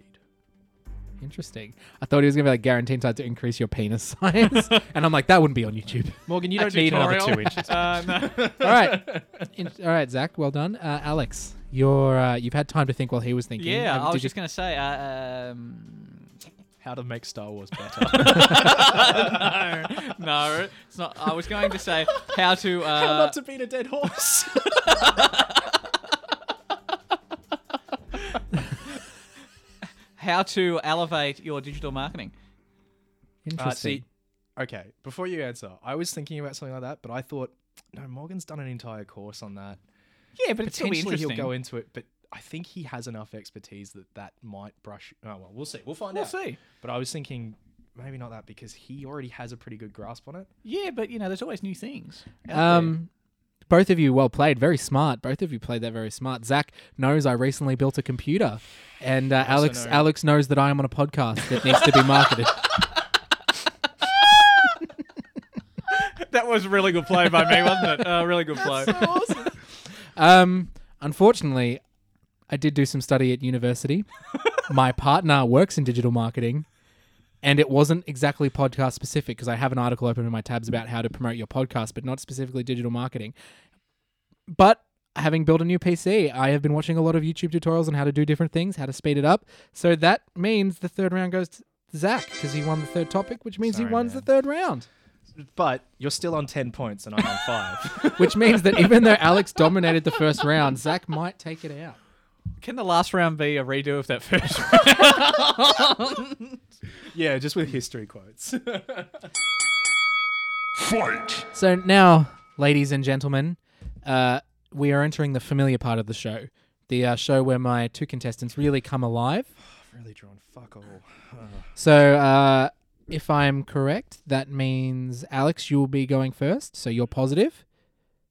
Speaker 1: Interesting. I thought he was going to be like guaranteeing time to increase your penis size. and I'm like, that wouldn't be on YouTube.
Speaker 3: Morgan, you
Speaker 2: A
Speaker 3: don't need another
Speaker 2: tutorial?
Speaker 3: two inches.
Speaker 2: Uh, no.
Speaker 1: All right. In- all right, Zach, well done. Uh, Alex, you're, uh, you've had time to think while he was thinking.
Speaker 2: yeah,
Speaker 1: Have-
Speaker 2: I
Speaker 1: did
Speaker 2: was
Speaker 1: you-
Speaker 2: just gonna say. Uh, um,
Speaker 3: How to make Star Wars better.
Speaker 2: no, no, it's not. I was going to say how to. Uh,
Speaker 3: How not to beat a dead horse.
Speaker 2: how to elevate your digital marketing.
Speaker 3: Uh,
Speaker 1: Interesting.
Speaker 3: see, okay, before you answer, I was thinking about something like that, but I thought, no, Morgan's done an entire course on that.
Speaker 2: Yeah, but
Speaker 3: Potentially he'll go into it, but I think he has enough expertise that that might brush. Oh, well, we'll see. We'll find
Speaker 2: We'll
Speaker 3: out.
Speaker 2: see.
Speaker 3: But I was thinking maybe not that because he already has a pretty good grasp on it.
Speaker 2: Yeah, but you know, there's always new things.
Speaker 1: Um, both of you well played, very smart. Both of you played that very smart. Zach knows I recently built a computer, and uh, Alex
Speaker 3: know-
Speaker 1: Alex knows that I am on a podcast that needs to be marketed.
Speaker 2: that was really good play by me, wasn't it? Uh, really good play.
Speaker 1: Um, unfortunately, I did do some study at university. My partner works in digital marketing, and it wasn't exactly podcast specific because I have an article open in my tabs about how to promote your podcast, but not specifically digital marketing. But having built a new PC, I have been watching a lot of YouTube tutorials on how to do different things, how to speed it up. So that means the third round goes to Zach because he won the third topic, which means he
Speaker 3: Sorry,
Speaker 1: wins
Speaker 3: man.
Speaker 1: the third round.
Speaker 3: But you're still on 10 points and I'm on five.
Speaker 1: Which means that even though Alex dominated the first round, Zach might take it out.
Speaker 2: Can the last round be a redo of that first? round?
Speaker 3: yeah, just with history quotes.
Speaker 1: So now, ladies and gentlemen, uh, we are entering the familiar part of the show. The uh, show where my two contestants really come alive.
Speaker 3: I've really drawn fuck all.
Speaker 1: So, uh, if I'm correct, that means Alex, you will be going first. So you're positive,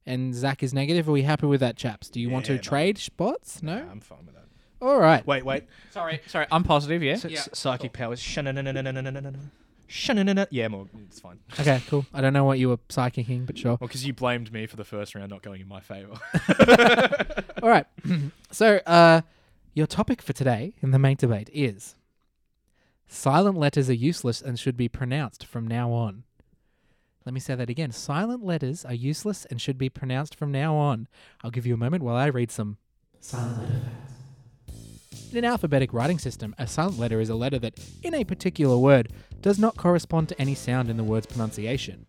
Speaker 1: and Zach is negative. Are we happy with that, chaps? Do you want to
Speaker 3: Yeah, no.
Speaker 1: trade spots? No.
Speaker 3: I'm fine with that.
Speaker 1: All right.
Speaker 3: Wait, wait.
Speaker 2: sorry, sorry, I'm positive. Yeah.
Speaker 3: S- s- Psychic powers. Shun-na-na-na-na-na-na-na-na. Shun-na-na-na- Yeah, Morgan, it's fine.
Speaker 1: Okay. Cool. I don't know what you were psychicking, but sure.
Speaker 3: Well, because you blamed me for the first round not going in my favor.
Speaker 1: All right. so, uh, your topic for today in the main debate is silent letters are useless and should be pronounced from now on. Let me say that again. Silent letters are useless and should be pronounced from now on. I'll give you a moment while I read some silent letter facts. In an alphabetic writing system, a silent letter is a letter that, in a particular word, does not correspond to any sound in the word's pronunciation.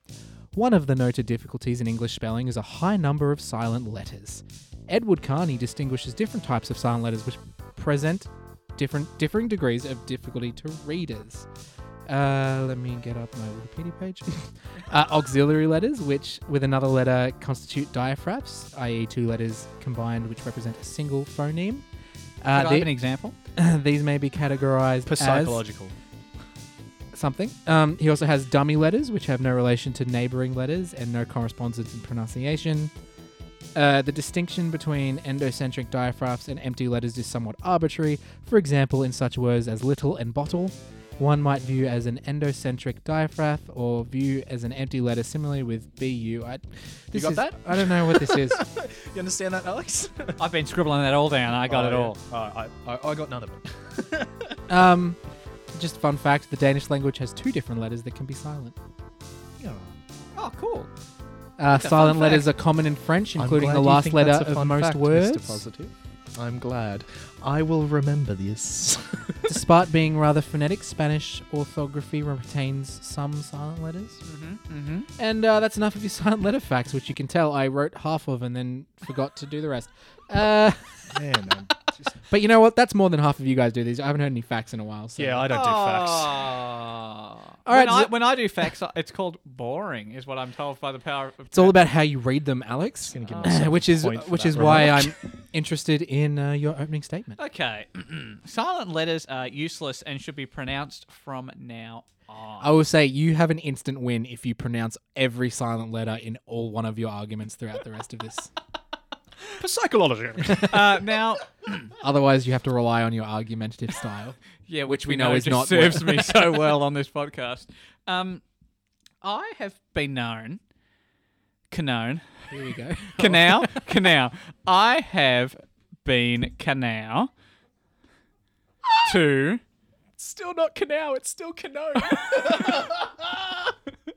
Speaker 1: One of the noted difficulties in English spelling is a high number of silent letters. Edward Carney distinguishes different types of silent letters which present different differing degrees of difficulty to readers. Uh, let me get up my Wikipedia page. uh, auxiliary letters, which with another letter constitute diaphragms, i.e., two letters combined which represent a single phoneme. Uh,
Speaker 2: Could I
Speaker 1: the-
Speaker 2: have an example?
Speaker 1: these may be categorized
Speaker 3: For
Speaker 1: as
Speaker 3: psychological.
Speaker 1: something. Um, he also has dummy letters, which have no relation to neighboring letters and no correspondence in pronunciation. Uh, the distinction between endocentric diaphragms and empty letters is somewhat arbitrary. For example, in such words as little and bottle, one might view as an endocentric diaphragm or view as an empty letter similarly with BU. I, this
Speaker 3: got
Speaker 1: is-
Speaker 3: that?
Speaker 1: I don't know what this is.
Speaker 3: You understand that, Alex?
Speaker 2: I've been scribbling that all down. I got
Speaker 3: Oh,
Speaker 2: it
Speaker 3: yeah.
Speaker 2: all.
Speaker 3: Oh, I, I, I got none of it.
Speaker 1: Um, just fun fact the Danish language has two different letters that can be silent.
Speaker 2: Oh, cool.
Speaker 1: Uh,
Speaker 2: a
Speaker 1: silent
Speaker 2: fun
Speaker 1: letters are common in French, including the last letter of most words.
Speaker 3: Positive. I'm glad. I will remember this.
Speaker 1: Despite being rather phonetic, Spanish orthography retains some silent letters.
Speaker 2: Mm-hmm. Mm-hmm.
Speaker 1: And uh, that's enough of your silent letter facts, which you can tell I wrote half of and then forgot to do the rest. Uh,
Speaker 3: Man, I'm just-
Speaker 1: but you know what? That's more than half of you guys do these. I haven't heard any facts in a while. So.
Speaker 3: yeah, I don't do facts.
Speaker 2: All
Speaker 1: right,
Speaker 2: right, when, I,
Speaker 1: so-
Speaker 2: when I do facts, I- it's called boring, is what I'm told by the power of.
Speaker 1: It's all about how you read them, Alex.
Speaker 3: Gonna give
Speaker 2: Uh,
Speaker 3: myself a
Speaker 1: which is
Speaker 3: point for
Speaker 1: which
Speaker 3: that
Speaker 1: is why
Speaker 3: remark.
Speaker 1: I'm interested in uh, your opening statement.
Speaker 2: Okay. Silent letters are useless and should be pronounced from now on.
Speaker 1: I will say you have an instant win if you pronounce every silent letter in all one of your arguments throughout the rest of this.
Speaker 3: for psychology.
Speaker 2: Uh, now,
Speaker 1: Otherwise, you have to rely on your argumentative style.
Speaker 2: yeah, which
Speaker 1: we know is
Speaker 2: just
Speaker 1: not
Speaker 2: serves me so well on this podcast. Um, I have been known, known,
Speaker 1: Here we go. Oh.
Speaker 2: canal, canal. I have been Canal. Two.
Speaker 3: Still not Canal. It's still Cano.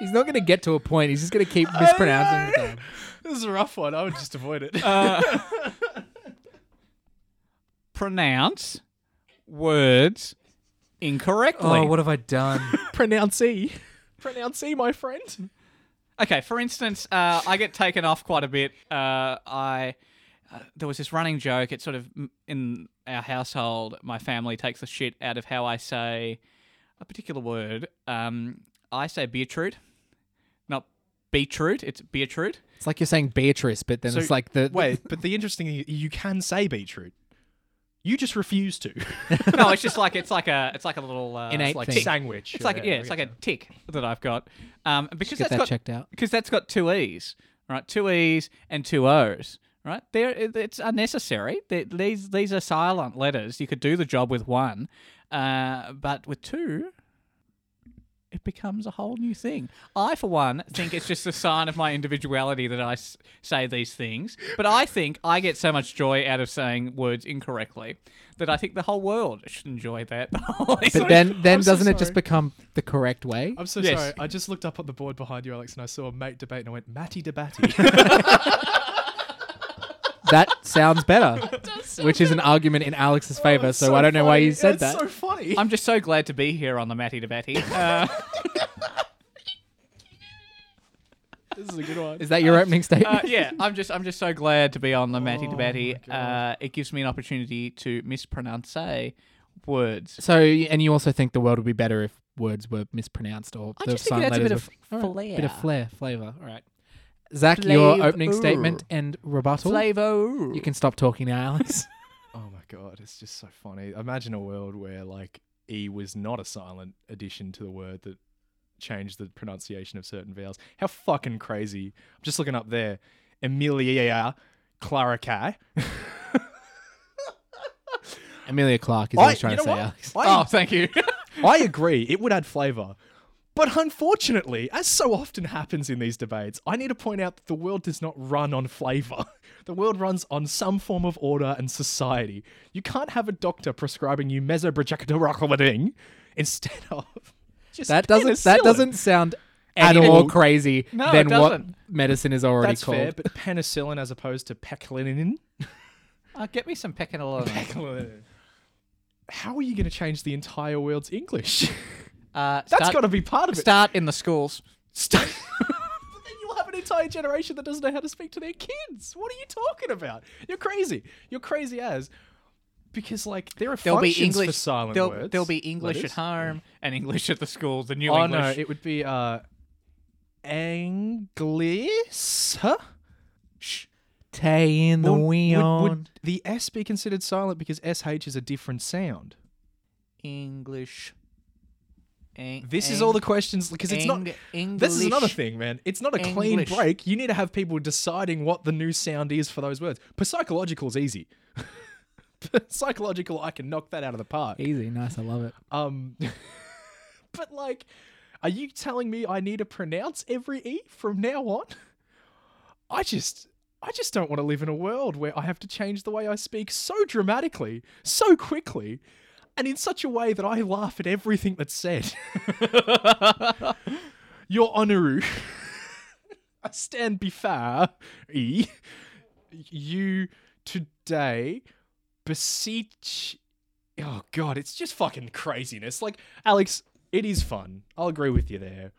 Speaker 1: He's not going to get to a point. He's just going to keep mispronouncing the
Speaker 3: know.
Speaker 1: name.
Speaker 3: this is a rough one. I would just avoid it.
Speaker 2: Uh, pronounce words incorrectly.
Speaker 1: Oh, what have I done?
Speaker 3: pronounce E. Pronounce E, my friend.
Speaker 2: Okay, for instance, uh, I get taken off quite a bit. Uh, I uh, there was this running joke. It's sort of m- in our household. My family takes the shit out of how I say a particular word. Um, I say beetroot, not beetroot. It's beetroot.
Speaker 1: It's like you're saying Beatrice, but then
Speaker 3: So,
Speaker 1: it's like the
Speaker 3: Wait, but the interesting thing, you can say beetroot. You just refuse to.
Speaker 2: No, it's just like it's like a it's like a little uh,
Speaker 1: Innate
Speaker 2: like
Speaker 1: thing.
Speaker 2: tick.
Speaker 3: Sandwich.
Speaker 2: It's like yeah, it's like a tick that I've got. Um, because
Speaker 1: get
Speaker 2: that's
Speaker 1: that
Speaker 2: got
Speaker 1: checked out.
Speaker 2: because that's got two e's, right? Two e's and two o's, right? There, it's unnecessary. They- These these are silent letters. You could do the job with one, uh, but with two, it becomes a whole new thing. I, for one, think it's just a sign of my individuality that I s- say these things. But I think I get so much joy out of saying words incorrectly that I think the whole world should enjoy that. The whole-
Speaker 1: But then, then
Speaker 3: I'm so
Speaker 1: doesn't it just
Speaker 3: sorry.
Speaker 1: become the correct way?
Speaker 3: I'm so
Speaker 2: Yes.
Speaker 3: sorry. I just looked up at the board behind you, Alex, and I saw a mate debate, and I went, Matty debatty.
Speaker 1: that sounds better, which is an argument in Alex's favor. so, I don't know why you said that.
Speaker 3: so funny.
Speaker 2: I'm just so glad to be here on the Matty Debatty. Uh,
Speaker 3: this is a good one.
Speaker 1: is that your opening statement?
Speaker 2: uh, yeah, I'm just I'm just so glad to be on the Matty
Speaker 3: Oh
Speaker 2: Debatty.
Speaker 3: my God.
Speaker 2: Uh, it gives me an opportunity to mispronounce eh, words.
Speaker 1: So, and you also think the world would be better if words were mispronounced or
Speaker 2: I
Speaker 1: the
Speaker 2: just think
Speaker 1: silent
Speaker 2: it adds a bit
Speaker 1: letters were-
Speaker 2: of
Speaker 1: All right, bit of
Speaker 2: flair.
Speaker 1: flair, flavor. All right, Zach, your opening
Speaker 2: Flavor.
Speaker 1: statement and rebuttal.
Speaker 2: Flavo.
Speaker 1: You can stop talking now, Alex.
Speaker 3: Oh my god, it's just so funny. Imagine a world where like E was not a silent addition to the word that changed the pronunciation of certain vowels. How fucking crazy. I'm just looking up there. Emilia Clara K.
Speaker 1: Amelia Clark is
Speaker 3: I-
Speaker 1: what I was trying
Speaker 3: you
Speaker 1: to
Speaker 3: know
Speaker 1: say,
Speaker 3: what?
Speaker 1: Alex.
Speaker 2: Oh,
Speaker 3: I,
Speaker 2: thank you.
Speaker 3: I agree, it would add flavour. But unfortunately, as so often happens in these debates, I need to point out that the world does not run on flavour. The world runs on some form of order and society. You can't have a doctor prescribing you mesoprojectorocolating instead of just
Speaker 1: That doesn't that
Speaker 3: penicillin.
Speaker 1: doesn't sound at all
Speaker 3: all.
Speaker 1: crazy
Speaker 2: No,
Speaker 1: than
Speaker 2: it
Speaker 1: what
Speaker 2: doesn't.
Speaker 1: medicine is already
Speaker 3: That's
Speaker 1: called.
Speaker 3: fair, but penicillin as opposed to peclinin.
Speaker 2: Uh, get me some Uh, pecanola.
Speaker 3: Peclinin. How are you going to change the entire world's English?
Speaker 2: Uh,
Speaker 3: That's
Speaker 2: start-
Speaker 3: got to be part of it.
Speaker 2: start in the schools.
Speaker 3: St- but then you'll have an entire generation that doesn't know how to speak to their kids. What are you talking about? You're crazy. You're crazy as because like there are
Speaker 2: There'll be
Speaker 3: functions
Speaker 2: English
Speaker 3: for silent
Speaker 2: there'll,
Speaker 3: words.
Speaker 2: there'll be English
Speaker 3: letters.
Speaker 2: at home and English at the school. The new
Speaker 3: Oh
Speaker 2: English.
Speaker 3: no, it would be uh, Anglis, huh?
Speaker 2: Shh.
Speaker 1: Tay in the
Speaker 3: Would-
Speaker 1: wheel.
Speaker 3: Would, would the S be considered silent because SH is a different sound?
Speaker 2: English. Eng-
Speaker 3: This is all the
Speaker 2: Eng-
Speaker 3: questions because it's not.
Speaker 2: Eng- English.
Speaker 3: This is another thing, man. It's not a clean
Speaker 2: English.
Speaker 3: break. You need to have people deciding what the new sound is for those words. Psychological is easy. Psychological, I can knock that out of the park.
Speaker 1: Easy, nice, I love it.
Speaker 3: Um, but like, are you telling me I need to pronounce every e from now on? I just, I just don't want to live in a world where I have to change the way I speak so dramatically, so quickly, and in such a way that I laugh at everything that's said. Your Honoru, I stand before e you today beseech oh god it's just fucking craziness like alex it is fun i'll agree with you there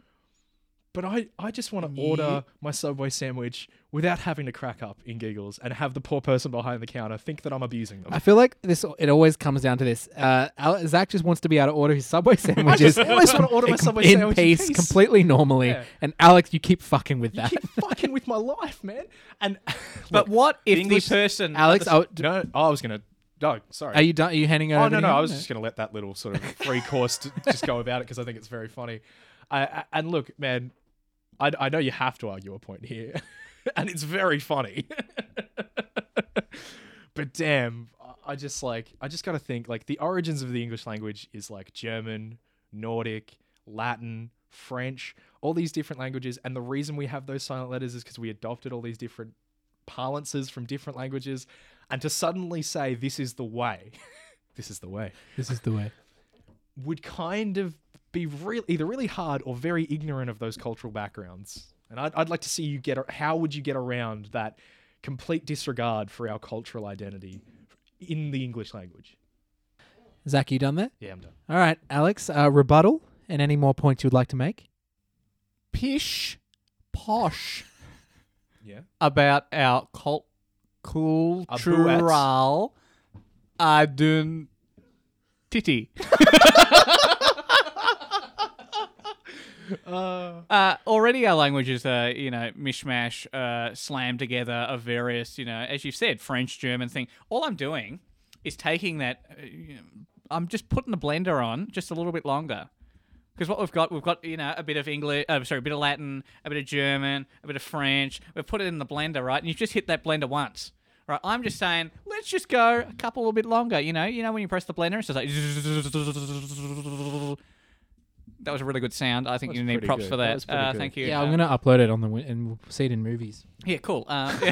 Speaker 3: but i i just want to order my subway sandwich without having to crack up in giggles and have the poor person behind the counter think that i'm abusing them
Speaker 1: I feel like this. It always comes down to this. Uh, Ale- Zach just wants to be able to order his subway sandwiches.
Speaker 3: I always want to order my subway
Speaker 1: in
Speaker 3: sandwich in
Speaker 1: peace,
Speaker 3: peace.
Speaker 1: completely normally.
Speaker 3: Yeah.
Speaker 1: And Alex, you keep fucking with
Speaker 3: You
Speaker 1: that.
Speaker 3: keep fucking with my life man and
Speaker 2: But what if
Speaker 3: English-
Speaker 2: the person?
Speaker 1: Alex, I would-
Speaker 3: no oh, i was gonna no sorry
Speaker 1: are you done? Are you handing over?
Speaker 3: Oh no, no,
Speaker 1: anything?
Speaker 3: I was just going to let that little sort of free course to just go about it because I think it's very funny. I, I, and look, man, I, I know you have to argue a point here, and it's very funny. but damn, I- I just like I just got to think like the origins of the English language is like German, Nordic, Latin, French, all these different languages, and the reason we have those silent letters is because we adopted all these different parlances from different languages, and to suddenly say this is the way, this is the way,
Speaker 1: This is the way.
Speaker 3: would kind of be real either really hard or very ignorant of those cultural backgrounds. And I'd, I'd like to see you get a- how would you get around that complete disregard for our cultural identity in the English language.
Speaker 1: Zach, you done there?
Speaker 3: Yeah, I'm done.
Speaker 1: All right, Alex, uh, rebuttal and any more points you'd like to make?
Speaker 2: Pish, posh
Speaker 3: Yeah.
Speaker 2: about our cult cultural identity.
Speaker 3: Uh,
Speaker 2: Uh, already our languages are, you know, mishmash, uh, slammed together of various, you know, as you've said, French, German thing. All I'm doing is taking that, uh, you know, I'm just putting the blender on just a little bit longer. Because what we've got, we've got, you know, a bit of English, uh, sorry, a bit of Latin, a bit of German, a bit of French. We've put it in the blender, right? And you've just hit that blender once. Right, I'm just saying, let's just go a couple little bit longer. You know, you know when you press the blender, it's just like that was a really good sound. I think
Speaker 3: That's
Speaker 2: you need
Speaker 3: pretty
Speaker 2: props
Speaker 3: good.
Speaker 2: for
Speaker 3: That
Speaker 2: that.
Speaker 3: was pretty
Speaker 2: uh,
Speaker 3: good.
Speaker 2: Thank you.
Speaker 1: Yeah,
Speaker 2: Uh,
Speaker 1: I'm going to upload it on the win- and we'll see it in movies.
Speaker 2: yeah, cool. Um, yeah.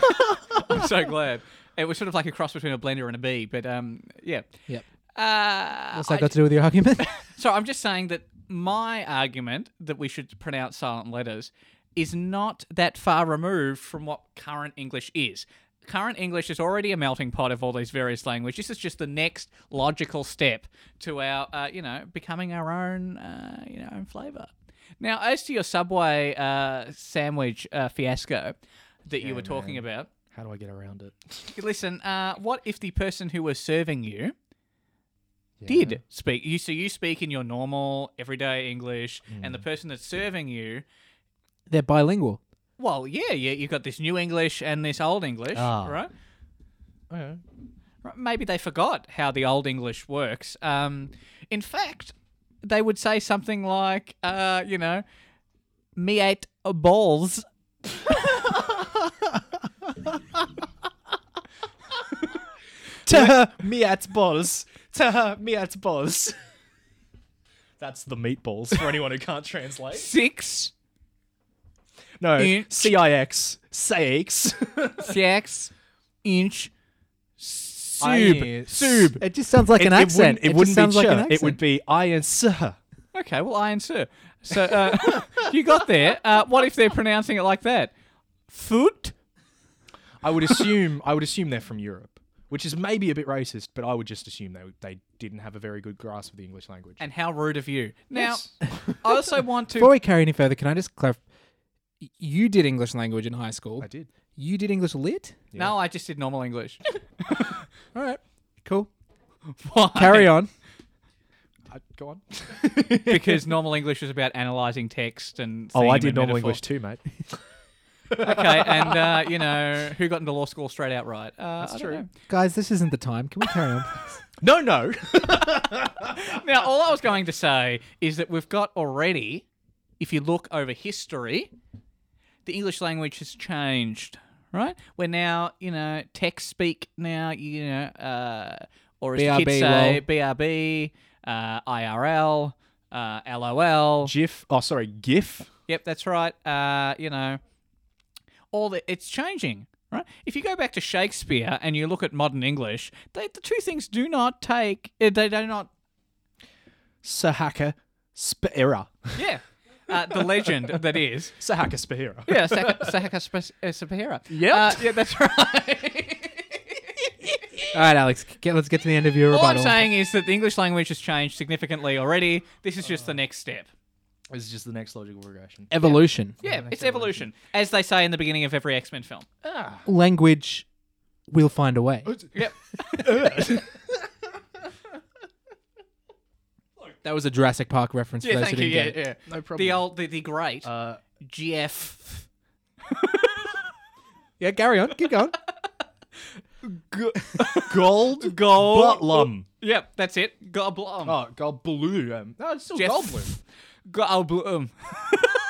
Speaker 2: I'm so glad. It was sort of like a cross between a blender and a bee, but um, yeah.
Speaker 1: Yep.
Speaker 2: Uh,
Speaker 1: What's
Speaker 2: I-
Speaker 1: that got to do with your argument?
Speaker 2: so I'm just saying that my argument that we should pronounce silent letters is not that far removed from what current English is. Current English is already a melting pot of all these various languages. This is just the next logical step to our, uh, you know, becoming our own, uh, you know, own flavour. Now, as to your Subway uh, sandwich uh, fiasco that you were talking about,
Speaker 3: how do I get around it?
Speaker 2: listen, uh, what if the person who was serving you did speak you so you speak in your normal everyday english and the person that's serving you
Speaker 1: They're bilingual.
Speaker 2: well yeah yeah you've got this new english and this old english
Speaker 1: Ah.
Speaker 2: right?
Speaker 3: Okay.
Speaker 2: right maybe they forgot how the old english works um in fact they would say something like uh you know me ate balls
Speaker 3: To her meatballs. To her meatballs. That's the meatballs for anyone who can't translate.
Speaker 2: six
Speaker 3: No,
Speaker 2: Inch.
Speaker 3: C I X, CX.
Speaker 2: six inch
Speaker 3: I-
Speaker 2: soup soup
Speaker 1: It just sounds like an accent.
Speaker 3: It,
Speaker 1: just
Speaker 3: wouldn't
Speaker 1: sounds
Speaker 3: be
Speaker 1: like
Speaker 3: ch.
Speaker 1: an accent.
Speaker 3: It would be I and sir.
Speaker 2: Okay, well, I and Sir. So uh, you got there. Uh, what if they're pronouncing it like that? Foot?
Speaker 3: I would assume. I would assume they're from Europe, which is maybe a bit racist, but I would just assume they they didn't have a very good grasp of the English language.
Speaker 2: And how rude of you. Now, I also want to.
Speaker 1: Before we carry any further, can I just clarify? You did English language in high school.
Speaker 3: I did.
Speaker 1: You did English lit?
Speaker 2: No, I just did normal English.
Speaker 1: All right. Cool.
Speaker 2: Why?
Speaker 1: Carry on.
Speaker 3: I, go on.
Speaker 2: Because normal English is about analysing text and.
Speaker 3: Oh, I
Speaker 2: theme
Speaker 3: did
Speaker 2: and
Speaker 3: normal
Speaker 2: metaphor.
Speaker 3: English too, mate.
Speaker 2: Okay, and, uh, you know, who got into law school straight outright? Uh, That's
Speaker 3: true.
Speaker 1: Guys, this isn't the time. Can we carry on?
Speaker 3: No, no.
Speaker 2: Now, all I was going to say is that we've got already, if you look over history, the English language has changed, right? We're now, you know, text speak now, you know, uh, or as
Speaker 1: BRB,
Speaker 2: kids say, BRB, uh, IRL, uh, LOL.
Speaker 3: GIF. Oh, sorry, GIF.
Speaker 2: Yep, that's right. Uh, you know, all the it's changing, right? If you go back to Shakespeare and you look at modern English, they, the two things do not take, uh, they do not
Speaker 3: Sahaka Spira.
Speaker 2: Yeah. Uh, the legend that is.
Speaker 3: Sahaka Spira.
Speaker 2: Yeah, Sahaka, Sahaka Sp- uh, Sapahira. Uh, yeah, that's right.
Speaker 1: All right, Alex. Get, let's get to the end of your
Speaker 2: All I'm
Speaker 1: rebuttal.
Speaker 2: saying is that the English language has changed significantly already. This is just the next step.
Speaker 3: This is just the next logical progression.
Speaker 1: Evolution.
Speaker 2: Yeah, it's evolution, as they say in the beginning of every X Men film.
Speaker 3: Ah.
Speaker 1: Language. We'll find a way.
Speaker 2: Yep.
Speaker 1: That was a Jurassic Park reference for
Speaker 2: Yeah,
Speaker 1: those
Speaker 2: thank
Speaker 1: who
Speaker 2: you.
Speaker 1: didn't
Speaker 2: Yeah,
Speaker 1: get it.
Speaker 2: yeah.
Speaker 3: No problem.
Speaker 2: The old, the, the great
Speaker 3: Uh,
Speaker 2: GF.
Speaker 1: Yeah, carry on. Keep going.
Speaker 3: gold.
Speaker 2: Gold.
Speaker 3: Goldblum.
Speaker 2: Yep, that's it. Goblum.
Speaker 3: Oh, gold blue. Um, no, it's still
Speaker 2: Jeff.
Speaker 3: Goldblum.
Speaker 2: Goblum.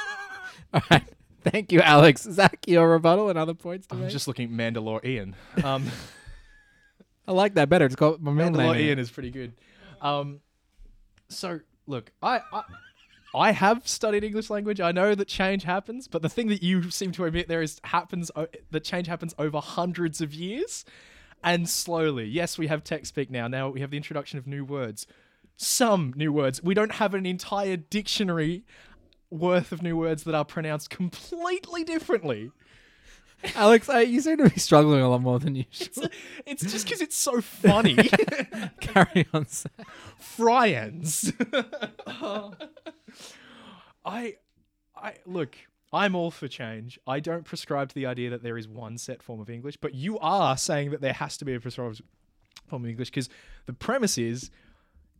Speaker 1: All right. Thank you, Alex. Zach, your rebuttal and other points to
Speaker 3: I'm
Speaker 1: make.
Speaker 3: just looking at Mandalorian. Um,
Speaker 1: I like that better. It's got my middle name. in it.
Speaker 3: Mandalorian is pretty good. Um, so look, I, I I have studied English language. I know that change happens, but the thing that you seem to omit there is happens o- that change happens over hundreds of years and slowly. Yes, we have text speak now. Now we have the introduction of new words. Some new words. We don't have an entire dictionary worth of new words that are pronounced completely differently.
Speaker 1: Alex, I, you seem to be struggling a lot more than usual.
Speaker 3: It's just because it's so funny.
Speaker 1: Carry on. Sam.
Speaker 3: Fryans. I, I look. I'm all for change. I don't prescribe to the idea that there is one set form of English, but you are saying that there has to be a prescribed form of English because the premise is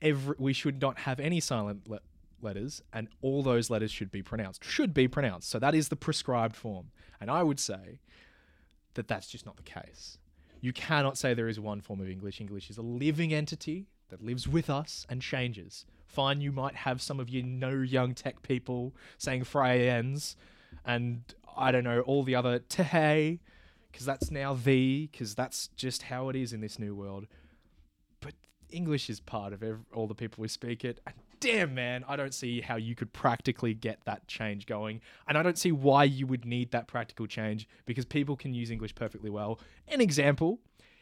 Speaker 3: every we should not have any silent le- letters, and all those letters should be pronounced. Should be pronounced. So that is the prescribed form, and I would say that that's just not the case. You cannot say there is one form of English. English is a living entity that lives with us and changes. Fine, you might have some of you no young tech people saying Freyans and I don't know, all the other Tehei, because that's now the, because that's just how it is in this new world. But English is part of ev- all the people who speak it. And damn, man, I don't see how you could practically get that change going. And I don't see why you would need that practical change because people can use English perfectly well. An example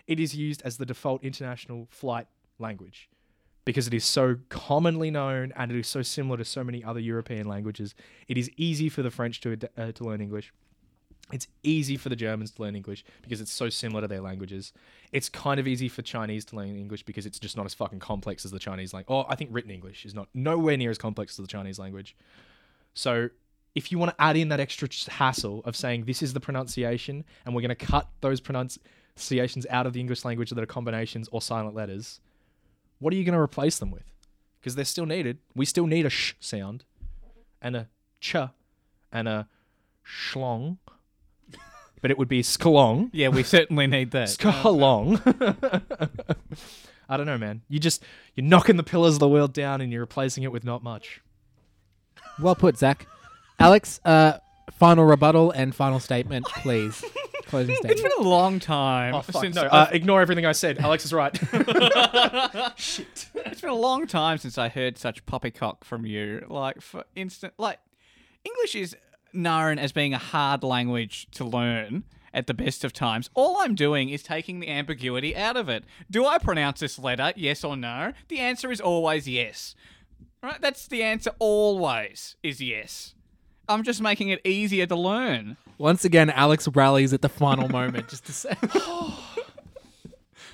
Speaker 3: it is used as the default international flight language because it is so commonly known and it is so similar to so many other European languages. It is easy for the French to, ad- uh, to learn English. It's easy for the Germans to learn English because it's so similar to their languages. It's kind of easy for Chinese to learn English because it's just not as fucking complex as the Chinese language. Oh, I think written English is not nowhere near as complex as the Chinese language. So if you want to add in that extra ch- hassle of saying this is the pronunciation and we're going to cut those pronunciations out of the English language that are combinations or silent letters, what are you going to replace them with? Because they're still needed. We still need a sh sound and a ch and a schlong, but it would be sklong.
Speaker 2: Yeah, we certainly need that.
Speaker 3: Skalong. I don't know, man. You just you're knocking the pillars of the world down and you're replacing it with not much.
Speaker 1: Well put, Zach. Alex, uh, final rebuttal and final statement, please. Closing
Speaker 2: It's
Speaker 1: statement.
Speaker 2: been a long time
Speaker 3: Oh fuck!
Speaker 2: since
Speaker 3: No,
Speaker 2: I've-
Speaker 3: uh, ignore everything I said. Alex is right. Shit.
Speaker 2: It's been a long time since I heard such poppycock from you. Like, for instance, like English is known as being a hard language to learn at the best of times. All I'm doing is taking the ambiguity out of it. Do I pronounce this letter? Yes or no? The answer is always yes. Right? That's the answer always is yes. I'm just making it easier to learn.
Speaker 1: Once again, Alex rallies at the final moment just to say.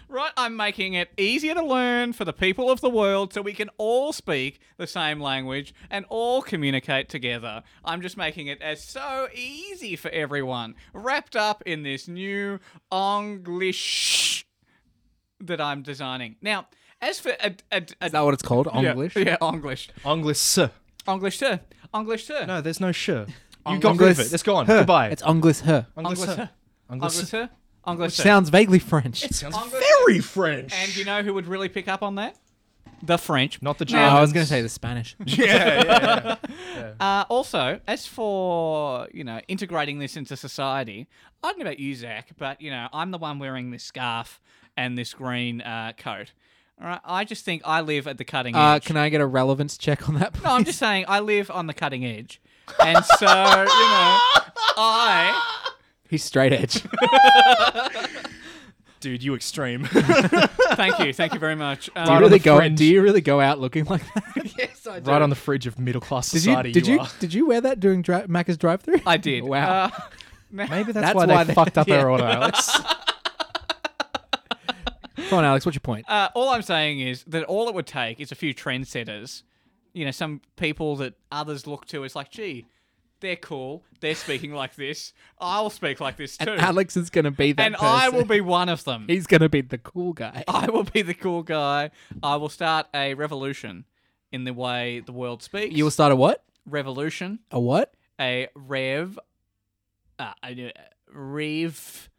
Speaker 2: Right, I'm making it easier to learn for the people of the world so we can all speak the same language and all communicate together. I'm just making it as so easy for everyone, wrapped up in this new English that I'm designing. Now, as for a, a, a
Speaker 1: Is that what it's called? English?
Speaker 2: yeah, English,
Speaker 3: English.
Speaker 2: English too, English too,
Speaker 3: No, there's no sh. You got rid of it.
Speaker 1: English.
Speaker 3: It's gone. Goodbye.
Speaker 1: It's English her.
Speaker 2: English too, English too, English too.
Speaker 1: Sounds vaguely French. Uh,
Speaker 3: Sounds
Speaker 2: English.
Speaker 3: very French.
Speaker 2: And you know who would really pick up on that? The French.
Speaker 3: not the
Speaker 1: No,
Speaker 3: Germans.
Speaker 1: I was going to say the Spanish.
Speaker 3: Yeah, yeah, yeah.
Speaker 2: Uh, also, as for you know integrating this into society, I don't know about you, Zach, but you know I'm the one wearing this scarf and this green uh, coat. All right, I just think I live at the cutting edge.
Speaker 1: Uh, can I get a relevance check on that?
Speaker 2: no, I'm just saying I live on the cutting edge, and so you know I
Speaker 1: He's straight edge.
Speaker 3: Dude, you extreme.
Speaker 2: thank you, thank you very much. Um,
Speaker 1: do, you
Speaker 3: on
Speaker 1: really
Speaker 3: the
Speaker 1: go,
Speaker 3: fringe.
Speaker 1: do you really go out looking like that?
Speaker 2: yes, I do.
Speaker 3: right on the fridge of middle class
Speaker 1: Did you
Speaker 3: society.
Speaker 1: did you,
Speaker 3: are.
Speaker 1: did you wear that during dri- Macca's drive-through?
Speaker 2: I did.
Speaker 1: Wow.
Speaker 2: Uh,
Speaker 3: Maybe that's,
Speaker 1: That's
Speaker 3: why,
Speaker 1: why
Speaker 3: they,
Speaker 1: they-
Speaker 3: fucked up
Speaker 1: yeah.
Speaker 3: their order, Alex.
Speaker 1: Come on, Alex. What's your point?
Speaker 2: Uh, all I'm saying is that all it would take is a few trendsetters. You know, some people that others look to as like, gee, they're cool. They're speaking like this. I'll speak like this too.
Speaker 1: and
Speaker 2: And,
Speaker 1: Alex is going to be that. person.
Speaker 2: I will be one of them.
Speaker 1: He's going to be the cool guy.
Speaker 2: I will be the cool guy. I will start a revolution in the way the world speaks.
Speaker 1: You will start a what?
Speaker 2: revolution.
Speaker 1: A what?
Speaker 2: A rev. Uh, I knew Rev.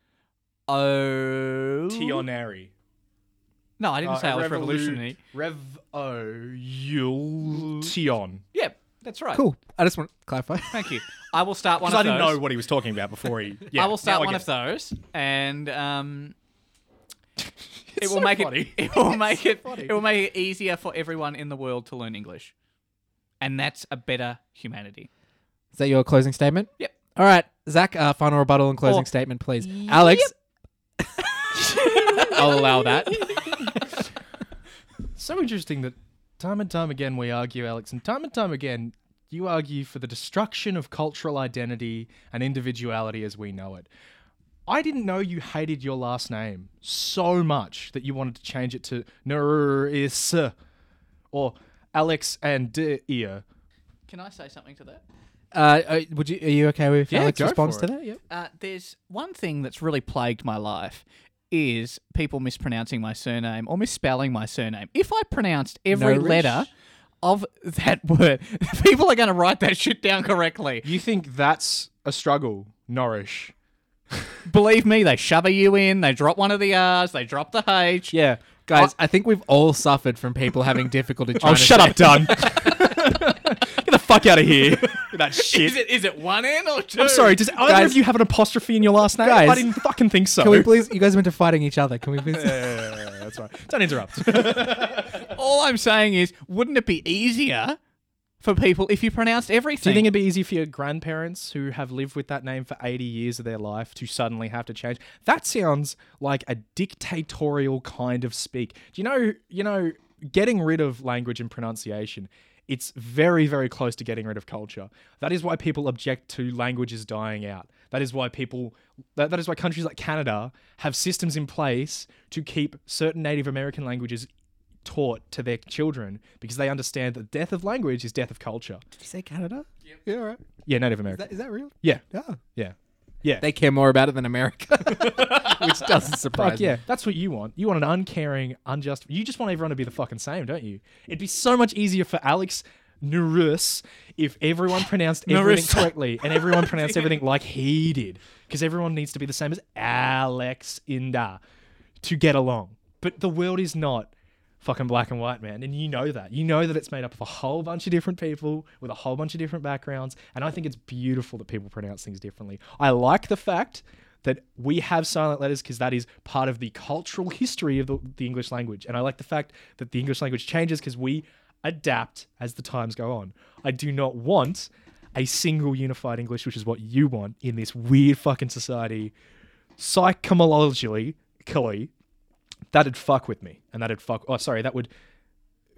Speaker 2: Oh.
Speaker 3: Tionary.
Speaker 2: No, I
Speaker 3: Uh,
Speaker 2: didn't say I was revolutionary.
Speaker 3: Rev O Tion.
Speaker 2: Yeah, that's right.
Speaker 1: Cool. I just want to clarify.
Speaker 2: Thank you. I will start one
Speaker 3: Because
Speaker 2: of
Speaker 3: I didn't
Speaker 2: those.
Speaker 3: know what he was talking about before he. Yeah,
Speaker 2: I will start
Speaker 3: now
Speaker 2: one
Speaker 3: get
Speaker 2: of those, and um, it will
Speaker 3: so
Speaker 2: make
Speaker 3: funny.
Speaker 2: it. It will make it.
Speaker 3: funny.
Speaker 2: It will make it easier for everyone in the world to learn English, and that's a better humanity.
Speaker 1: Is that your closing statement?
Speaker 2: Yep.
Speaker 1: All right, Zach, uh, final rebuttal and closing
Speaker 2: Oh.
Speaker 1: statement, please. Alex, I'll allow that.
Speaker 3: So interesting that time and time again we argue, Alex, and time and time again you argue for the destruction of cultural identity and individuality as we know it. I didn't know you hated your last name so much that you wanted to change it to Nuris or Alex and Deer.
Speaker 2: Can I say something to that?
Speaker 1: Uh, uh, would you? Are you okay with
Speaker 3: Yeah,
Speaker 1: Alex's
Speaker 3: go
Speaker 1: response
Speaker 3: for
Speaker 1: to that? Yep.
Speaker 2: Uh, there's one thing that's really plagued my life is people mispronouncing my surname or misspelling my surname. If I pronounced every
Speaker 1: Nourish?
Speaker 2: letter of that word, people are going to write that shit down correctly.
Speaker 3: You think that's a struggle, Norrish?
Speaker 2: Believe me, they shove a U in, they drop one of the R's, they drop the H.
Speaker 1: Yeah, guys, I, think we've all suffered from people having difficulty. Trying
Speaker 3: Oh,
Speaker 1: to
Speaker 3: shut
Speaker 1: say-
Speaker 3: up, Dunn. Get the fuck out of here. with that shit.
Speaker 2: Is it is it one N or two?
Speaker 3: I'm sorry, does either
Speaker 1: Guys-
Speaker 3: of you have an apostrophe in your last name? I
Speaker 1: Guys-
Speaker 3: didn't fucking think so.
Speaker 1: Can we please? You guys went to fighting each other. Can we please?
Speaker 3: that's right. Don't interrupt.
Speaker 2: All I'm saying is, wouldn't it be easier for people if you pronounced everything?
Speaker 3: Do you think it'd be easy for your grandparents who have lived with that name for 80 years of their life to suddenly have to change? That sounds like a dictatorial kind of speak. Do you know, you know, getting rid of language and pronunciation, it's very very close to getting rid of culture. That is why people object to languages dying out. That is why people that, that is why countries like Canada have systems in place to keep certain Native American languages taught to their children because they understand that death of language is death of culture.
Speaker 1: Did you say Canada? Yeah, all right.
Speaker 3: Yeah, Native American.
Speaker 1: Is that Oh. real?
Speaker 3: yeah,
Speaker 1: Yeah.
Speaker 3: yeah.
Speaker 1: They care more about it than America, which doesn't surprise
Speaker 3: Fuck
Speaker 1: me.
Speaker 3: yeah, that's what you want. You want an uncaring, unjust. You just want everyone to be the fucking same, don't you? It'd be so much easier for Alex Nurus if everyone pronounced everything
Speaker 2: Nurus.
Speaker 3: correctly and everyone pronounced everything like he did, because everyone needs to be the same as Alex Inda to get along. But the world is not fucking black and white, man, and you know that. You know that it's made up of a whole bunch of different people with a whole bunch of different backgrounds, and I think it's beautiful that people pronounce things differently. I like the fact that we have silent letters because that is part of the cultural history of the, the English language. And I like the fact that the English language changes because we adapt as the times go on. I do not want a single unified English, which is what you want in this weird fucking society. Psychomologically, that'd fuck with me, and that'd fuck. Oh, sorry, that would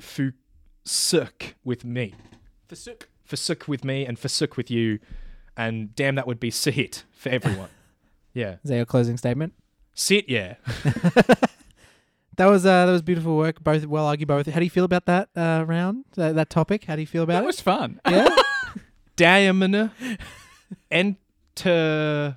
Speaker 3: fusuck with me,
Speaker 2: Forsook.
Speaker 3: fusuck with me, and fusuck with you, and damn, that would be sit for everyone. yeah,
Speaker 1: Is that your closing statement?
Speaker 3: sit. Yeah,
Speaker 1: That was uh, that was beautiful work. Both well argued. Both. How do you feel about that uh, round? That, that topic. How do you feel about
Speaker 2: That
Speaker 1: it?
Speaker 2: was fun.
Speaker 1: yeah.
Speaker 3: damn, entertained.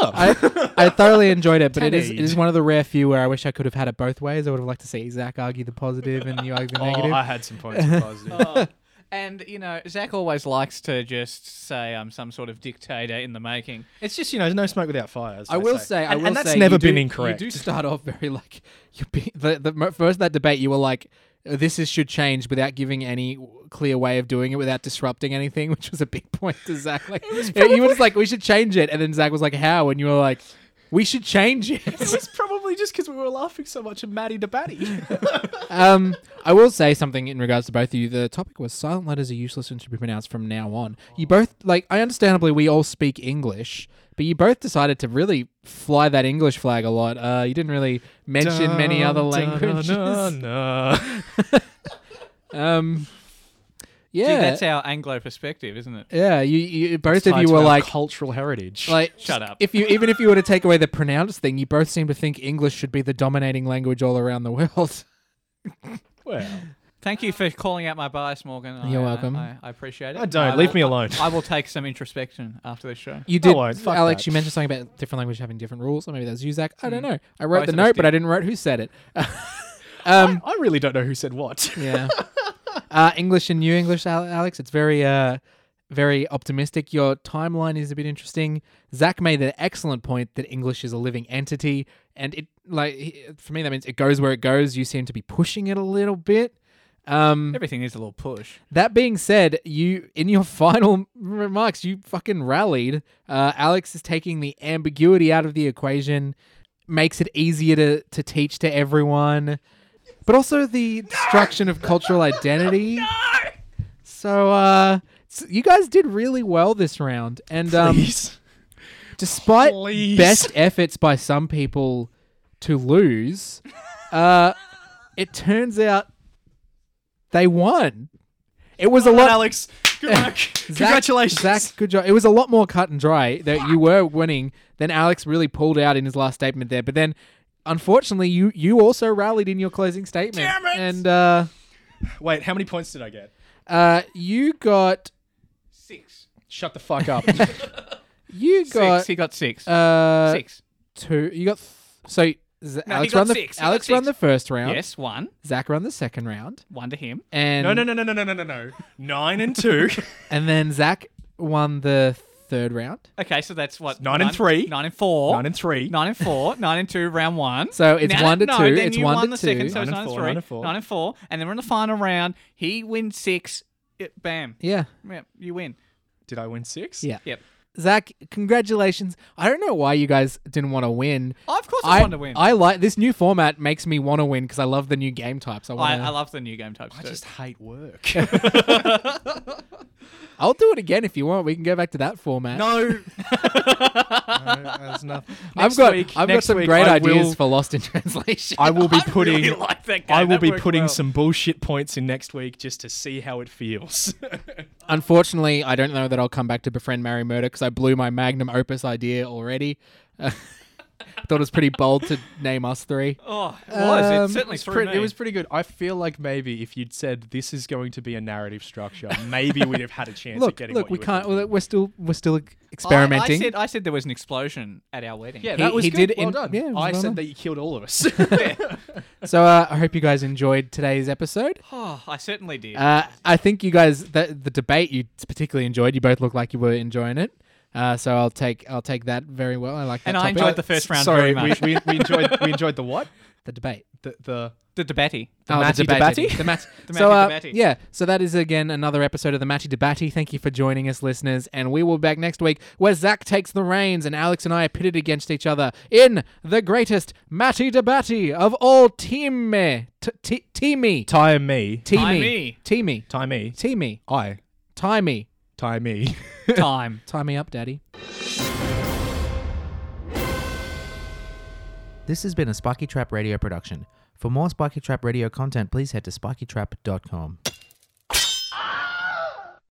Speaker 3: Oh.
Speaker 1: I, I thoroughly enjoyed it, but it is it
Speaker 3: Teddy.
Speaker 1: is one of the rare few where I wish I could have had it both ways. I would have liked to see Zach argue the positive and you argue the
Speaker 3: Oh,
Speaker 1: negative.
Speaker 3: I had some points of positive.
Speaker 2: Oh, and you know, Zach always likes to just say I'm some sort of dictator in the making.
Speaker 3: it's just you know, no smoke without fire. as
Speaker 1: I
Speaker 3: they
Speaker 1: will say, I
Speaker 3: and,
Speaker 1: will
Speaker 3: and that's
Speaker 1: say
Speaker 3: never
Speaker 1: you do-
Speaker 3: been incorrect.
Speaker 1: You do start off very like you be, the, the mo- first that debate. You were like, "This is should change," without giving any w- clear way of doing it, without disrupting anything, which was a big point to Zach. Like, yeah, you were just like, "We should change it," and then Zach was like, "How?" and you were like, "We should change it."
Speaker 3: It was probably just because we were laughing so much at Maddie DeBatty.
Speaker 1: um, I will say something in regards to both of you. The topic was silent letters are useless and should be pronounced from now on. You both like I understandably we all speak English, but you both decided to really fly that English flag a lot. Uh, you didn't really mention many other languages. um, yeah,
Speaker 2: Gee, that's our Anglo perspective, isn't it?
Speaker 1: yeah. You, you both of you were like
Speaker 3: cultural heritage.
Speaker 1: like
Speaker 2: Shut up.
Speaker 1: If you even if you were to take away the pronounced thing, you both seem to think English should be the dominating language all around the world.
Speaker 3: well,
Speaker 2: Thank you for calling out my bias, Morgan.
Speaker 1: You're
Speaker 2: I, uh,
Speaker 1: welcome.
Speaker 2: I, I appreciate it.
Speaker 3: I don't.
Speaker 2: will-
Speaker 3: leave me alone.
Speaker 2: I will take some introspection after this show.
Speaker 1: You did,
Speaker 3: won't. Fuck
Speaker 1: Alex.
Speaker 3: that. Hmm.
Speaker 1: You mentioned something about different languages having different rules, or maybe that was you, Zach. I don't know. I wrote
Speaker 2: Both
Speaker 1: the
Speaker 2: of us
Speaker 1: note, but
Speaker 2: did.
Speaker 1: I didn't write who said it. um,
Speaker 3: I really don't know who said what.
Speaker 1: yeah. Uh, English and New English, Al- Alex. It's very, uh, very optimistic. Your timeline is a bit interesting. Zach made an excellent point that English is a living entity, and it like he- for me that means it goes where it goes. You seem to be pushing it a little bit. Um,
Speaker 2: Everything is a little push.
Speaker 3: Uh,
Speaker 1: that being said, you in your final remarks, you fucking rallied. Uh, Alex is taking the ambiguity out of the equation, makes it easier to to teach to everyone. but also the destruction of cultural identity. So uh, s- you guys did really well this round, and um,
Speaker 3: Please.
Speaker 1: despite
Speaker 3: Please.
Speaker 1: best efforts by some people to lose, uh, it turns out they won. It was a
Speaker 3: Come on,
Speaker 1: lot.
Speaker 3: Alex. Good work.
Speaker 1: Zach-
Speaker 3: Congratulations.
Speaker 1: Zach. Good job. It was a lot more cut and dry that you were winning than Alex really pulled out in his last statement there. But then, unfortunately, you you also rallied in your closing statement,
Speaker 3: Damn it!
Speaker 1: and uh,
Speaker 3: Wait, how many points did I get?
Speaker 1: uh, you got
Speaker 2: Six.
Speaker 3: Shut the fuck up.
Speaker 1: you got
Speaker 2: Six. He got six.
Speaker 1: uh
Speaker 2: six.
Speaker 1: two. You got th- so Z-
Speaker 2: No, he
Speaker 1: Alex
Speaker 2: got
Speaker 1: run the
Speaker 2: six. He got
Speaker 1: Alex run
Speaker 2: six.
Speaker 1: the first round.
Speaker 2: Yes, one.
Speaker 1: Zach run the second round,
Speaker 2: One to him.
Speaker 1: and
Speaker 3: no, no, no, no, no, no, no, no, no. Nine and two.
Speaker 1: and then Zach won the third round.
Speaker 2: Okay, so that's what
Speaker 3: Nine and three.
Speaker 2: Nine and four.
Speaker 3: Nine and three.
Speaker 2: Nine and four, nine and two, round one.
Speaker 1: So it's one to
Speaker 2: no,
Speaker 1: two,
Speaker 2: Then
Speaker 1: it's
Speaker 2: you
Speaker 1: one
Speaker 2: won
Speaker 1: to
Speaker 2: the second,
Speaker 1: two.
Speaker 2: so it's
Speaker 3: Nine and
Speaker 2: nine and
Speaker 3: four,
Speaker 2: three,
Speaker 3: nine and four.
Speaker 2: nine and four, and then we're in the final round. He wins six. It, bam.
Speaker 1: Yeah.
Speaker 2: Yep, you win.
Speaker 3: Did I win six?
Speaker 1: Yeah.
Speaker 2: Yep.
Speaker 1: Zach, congratulations. I don't know why you guys didn't want to win.
Speaker 2: Oh, of course, I, want to win. I,
Speaker 1: I like this new format makes me want to win because I love the new game types. I
Speaker 2: I,
Speaker 1: want to.
Speaker 2: love the new game types
Speaker 3: I
Speaker 2: too.
Speaker 3: just hate work.
Speaker 1: I'll do it again if you want. We can go back to that format.
Speaker 3: no. that's nothing.
Speaker 1: I've
Speaker 3: Next
Speaker 1: got
Speaker 3: week-
Speaker 1: I've got
Speaker 3: next
Speaker 1: some
Speaker 3: week
Speaker 1: great
Speaker 3: I
Speaker 1: ideas
Speaker 3: will-
Speaker 1: for Lost in Translation.
Speaker 3: I will be putting.
Speaker 2: really like that game.
Speaker 3: I will
Speaker 2: That
Speaker 3: be
Speaker 2: worked
Speaker 3: putting
Speaker 2: well.
Speaker 3: some bullshit points in next week just to see how it feels.
Speaker 1: Unfortunately, I don't know that I'll come back to befriend Mary Murder because I blew my magnum opus idea already. Uh, thought it was pretty bold to name us three.
Speaker 2: Oh, it was.
Speaker 1: Um,
Speaker 2: it certainly
Speaker 1: it's
Speaker 2: threw
Speaker 1: pretty-
Speaker 2: me.
Speaker 3: it was pretty good. I feel like maybe if you'd said this is going to be a narrative structure, maybe we'd have had a chance at
Speaker 1: Look,
Speaker 3: getting
Speaker 1: look,
Speaker 3: what
Speaker 1: we
Speaker 3: you were
Speaker 1: can't.
Speaker 3: thinking.
Speaker 1: Well, we're still we're still
Speaker 2: I-
Speaker 1: experimenting.
Speaker 2: I, said, I said there was an explosion at our wedding.
Speaker 3: Yeah,
Speaker 1: He-
Speaker 3: that was
Speaker 1: he
Speaker 3: good.
Speaker 1: did
Speaker 3: well
Speaker 1: in-
Speaker 3: done.
Speaker 1: yeah, it was
Speaker 3: I
Speaker 1: well
Speaker 3: said
Speaker 1: done.
Speaker 3: that you killed all of us.
Speaker 1: so uh, I hope you guys enjoyed today's episode.
Speaker 2: Oh, I certainly did.
Speaker 1: Uh, I think you guys the, the debate you particularly enjoyed. You both look like you were enjoying it. Uh, so I'll take I'll take that very well. I like that
Speaker 2: and I
Speaker 1: topic.
Speaker 2: enjoyed the first round
Speaker 3: Sorry,
Speaker 2: very much.
Speaker 3: We, we, we enjoyed we enjoyed the what?
Speaker 1: the debate.
Speaker 3: The the
Speaker 2: the debate.
Speaker 1: The oh,
Speaker 3: Matty
Speaker 1: the debatey.
Speaker 3: Debatty?
Speaker 1: The mat-
Speaker 2: The
Speaker 1: so,
Speaker 2: Matty
Speaker 1: uh,
Speaker 2: Debatty.
Speaker 1: yeah, so that is again another episode of the Matty Debatty. Thank you for joining us, listeners, and we will be back next week where Zach takes the reins and Alex and I are pitted against each other in the greatest Matty Debatty of all team me t- t- teamy
Speaker 3: tie me
Speaker 1: teamy
Speaker 2: Timey.
Speaker 1: teamy
Speaker 3: tie me
Speaker 1: teamy
Speaker 3: I
Speaker 1: timey
Speaker 3: tie me.
Speaker 2: Time.
Speaker 1: tie me up, Daddy.
Speaker 4: This has been a Spiky Trap Radio production. For more Spiky Trap Radio content, please head to spikytrap.com.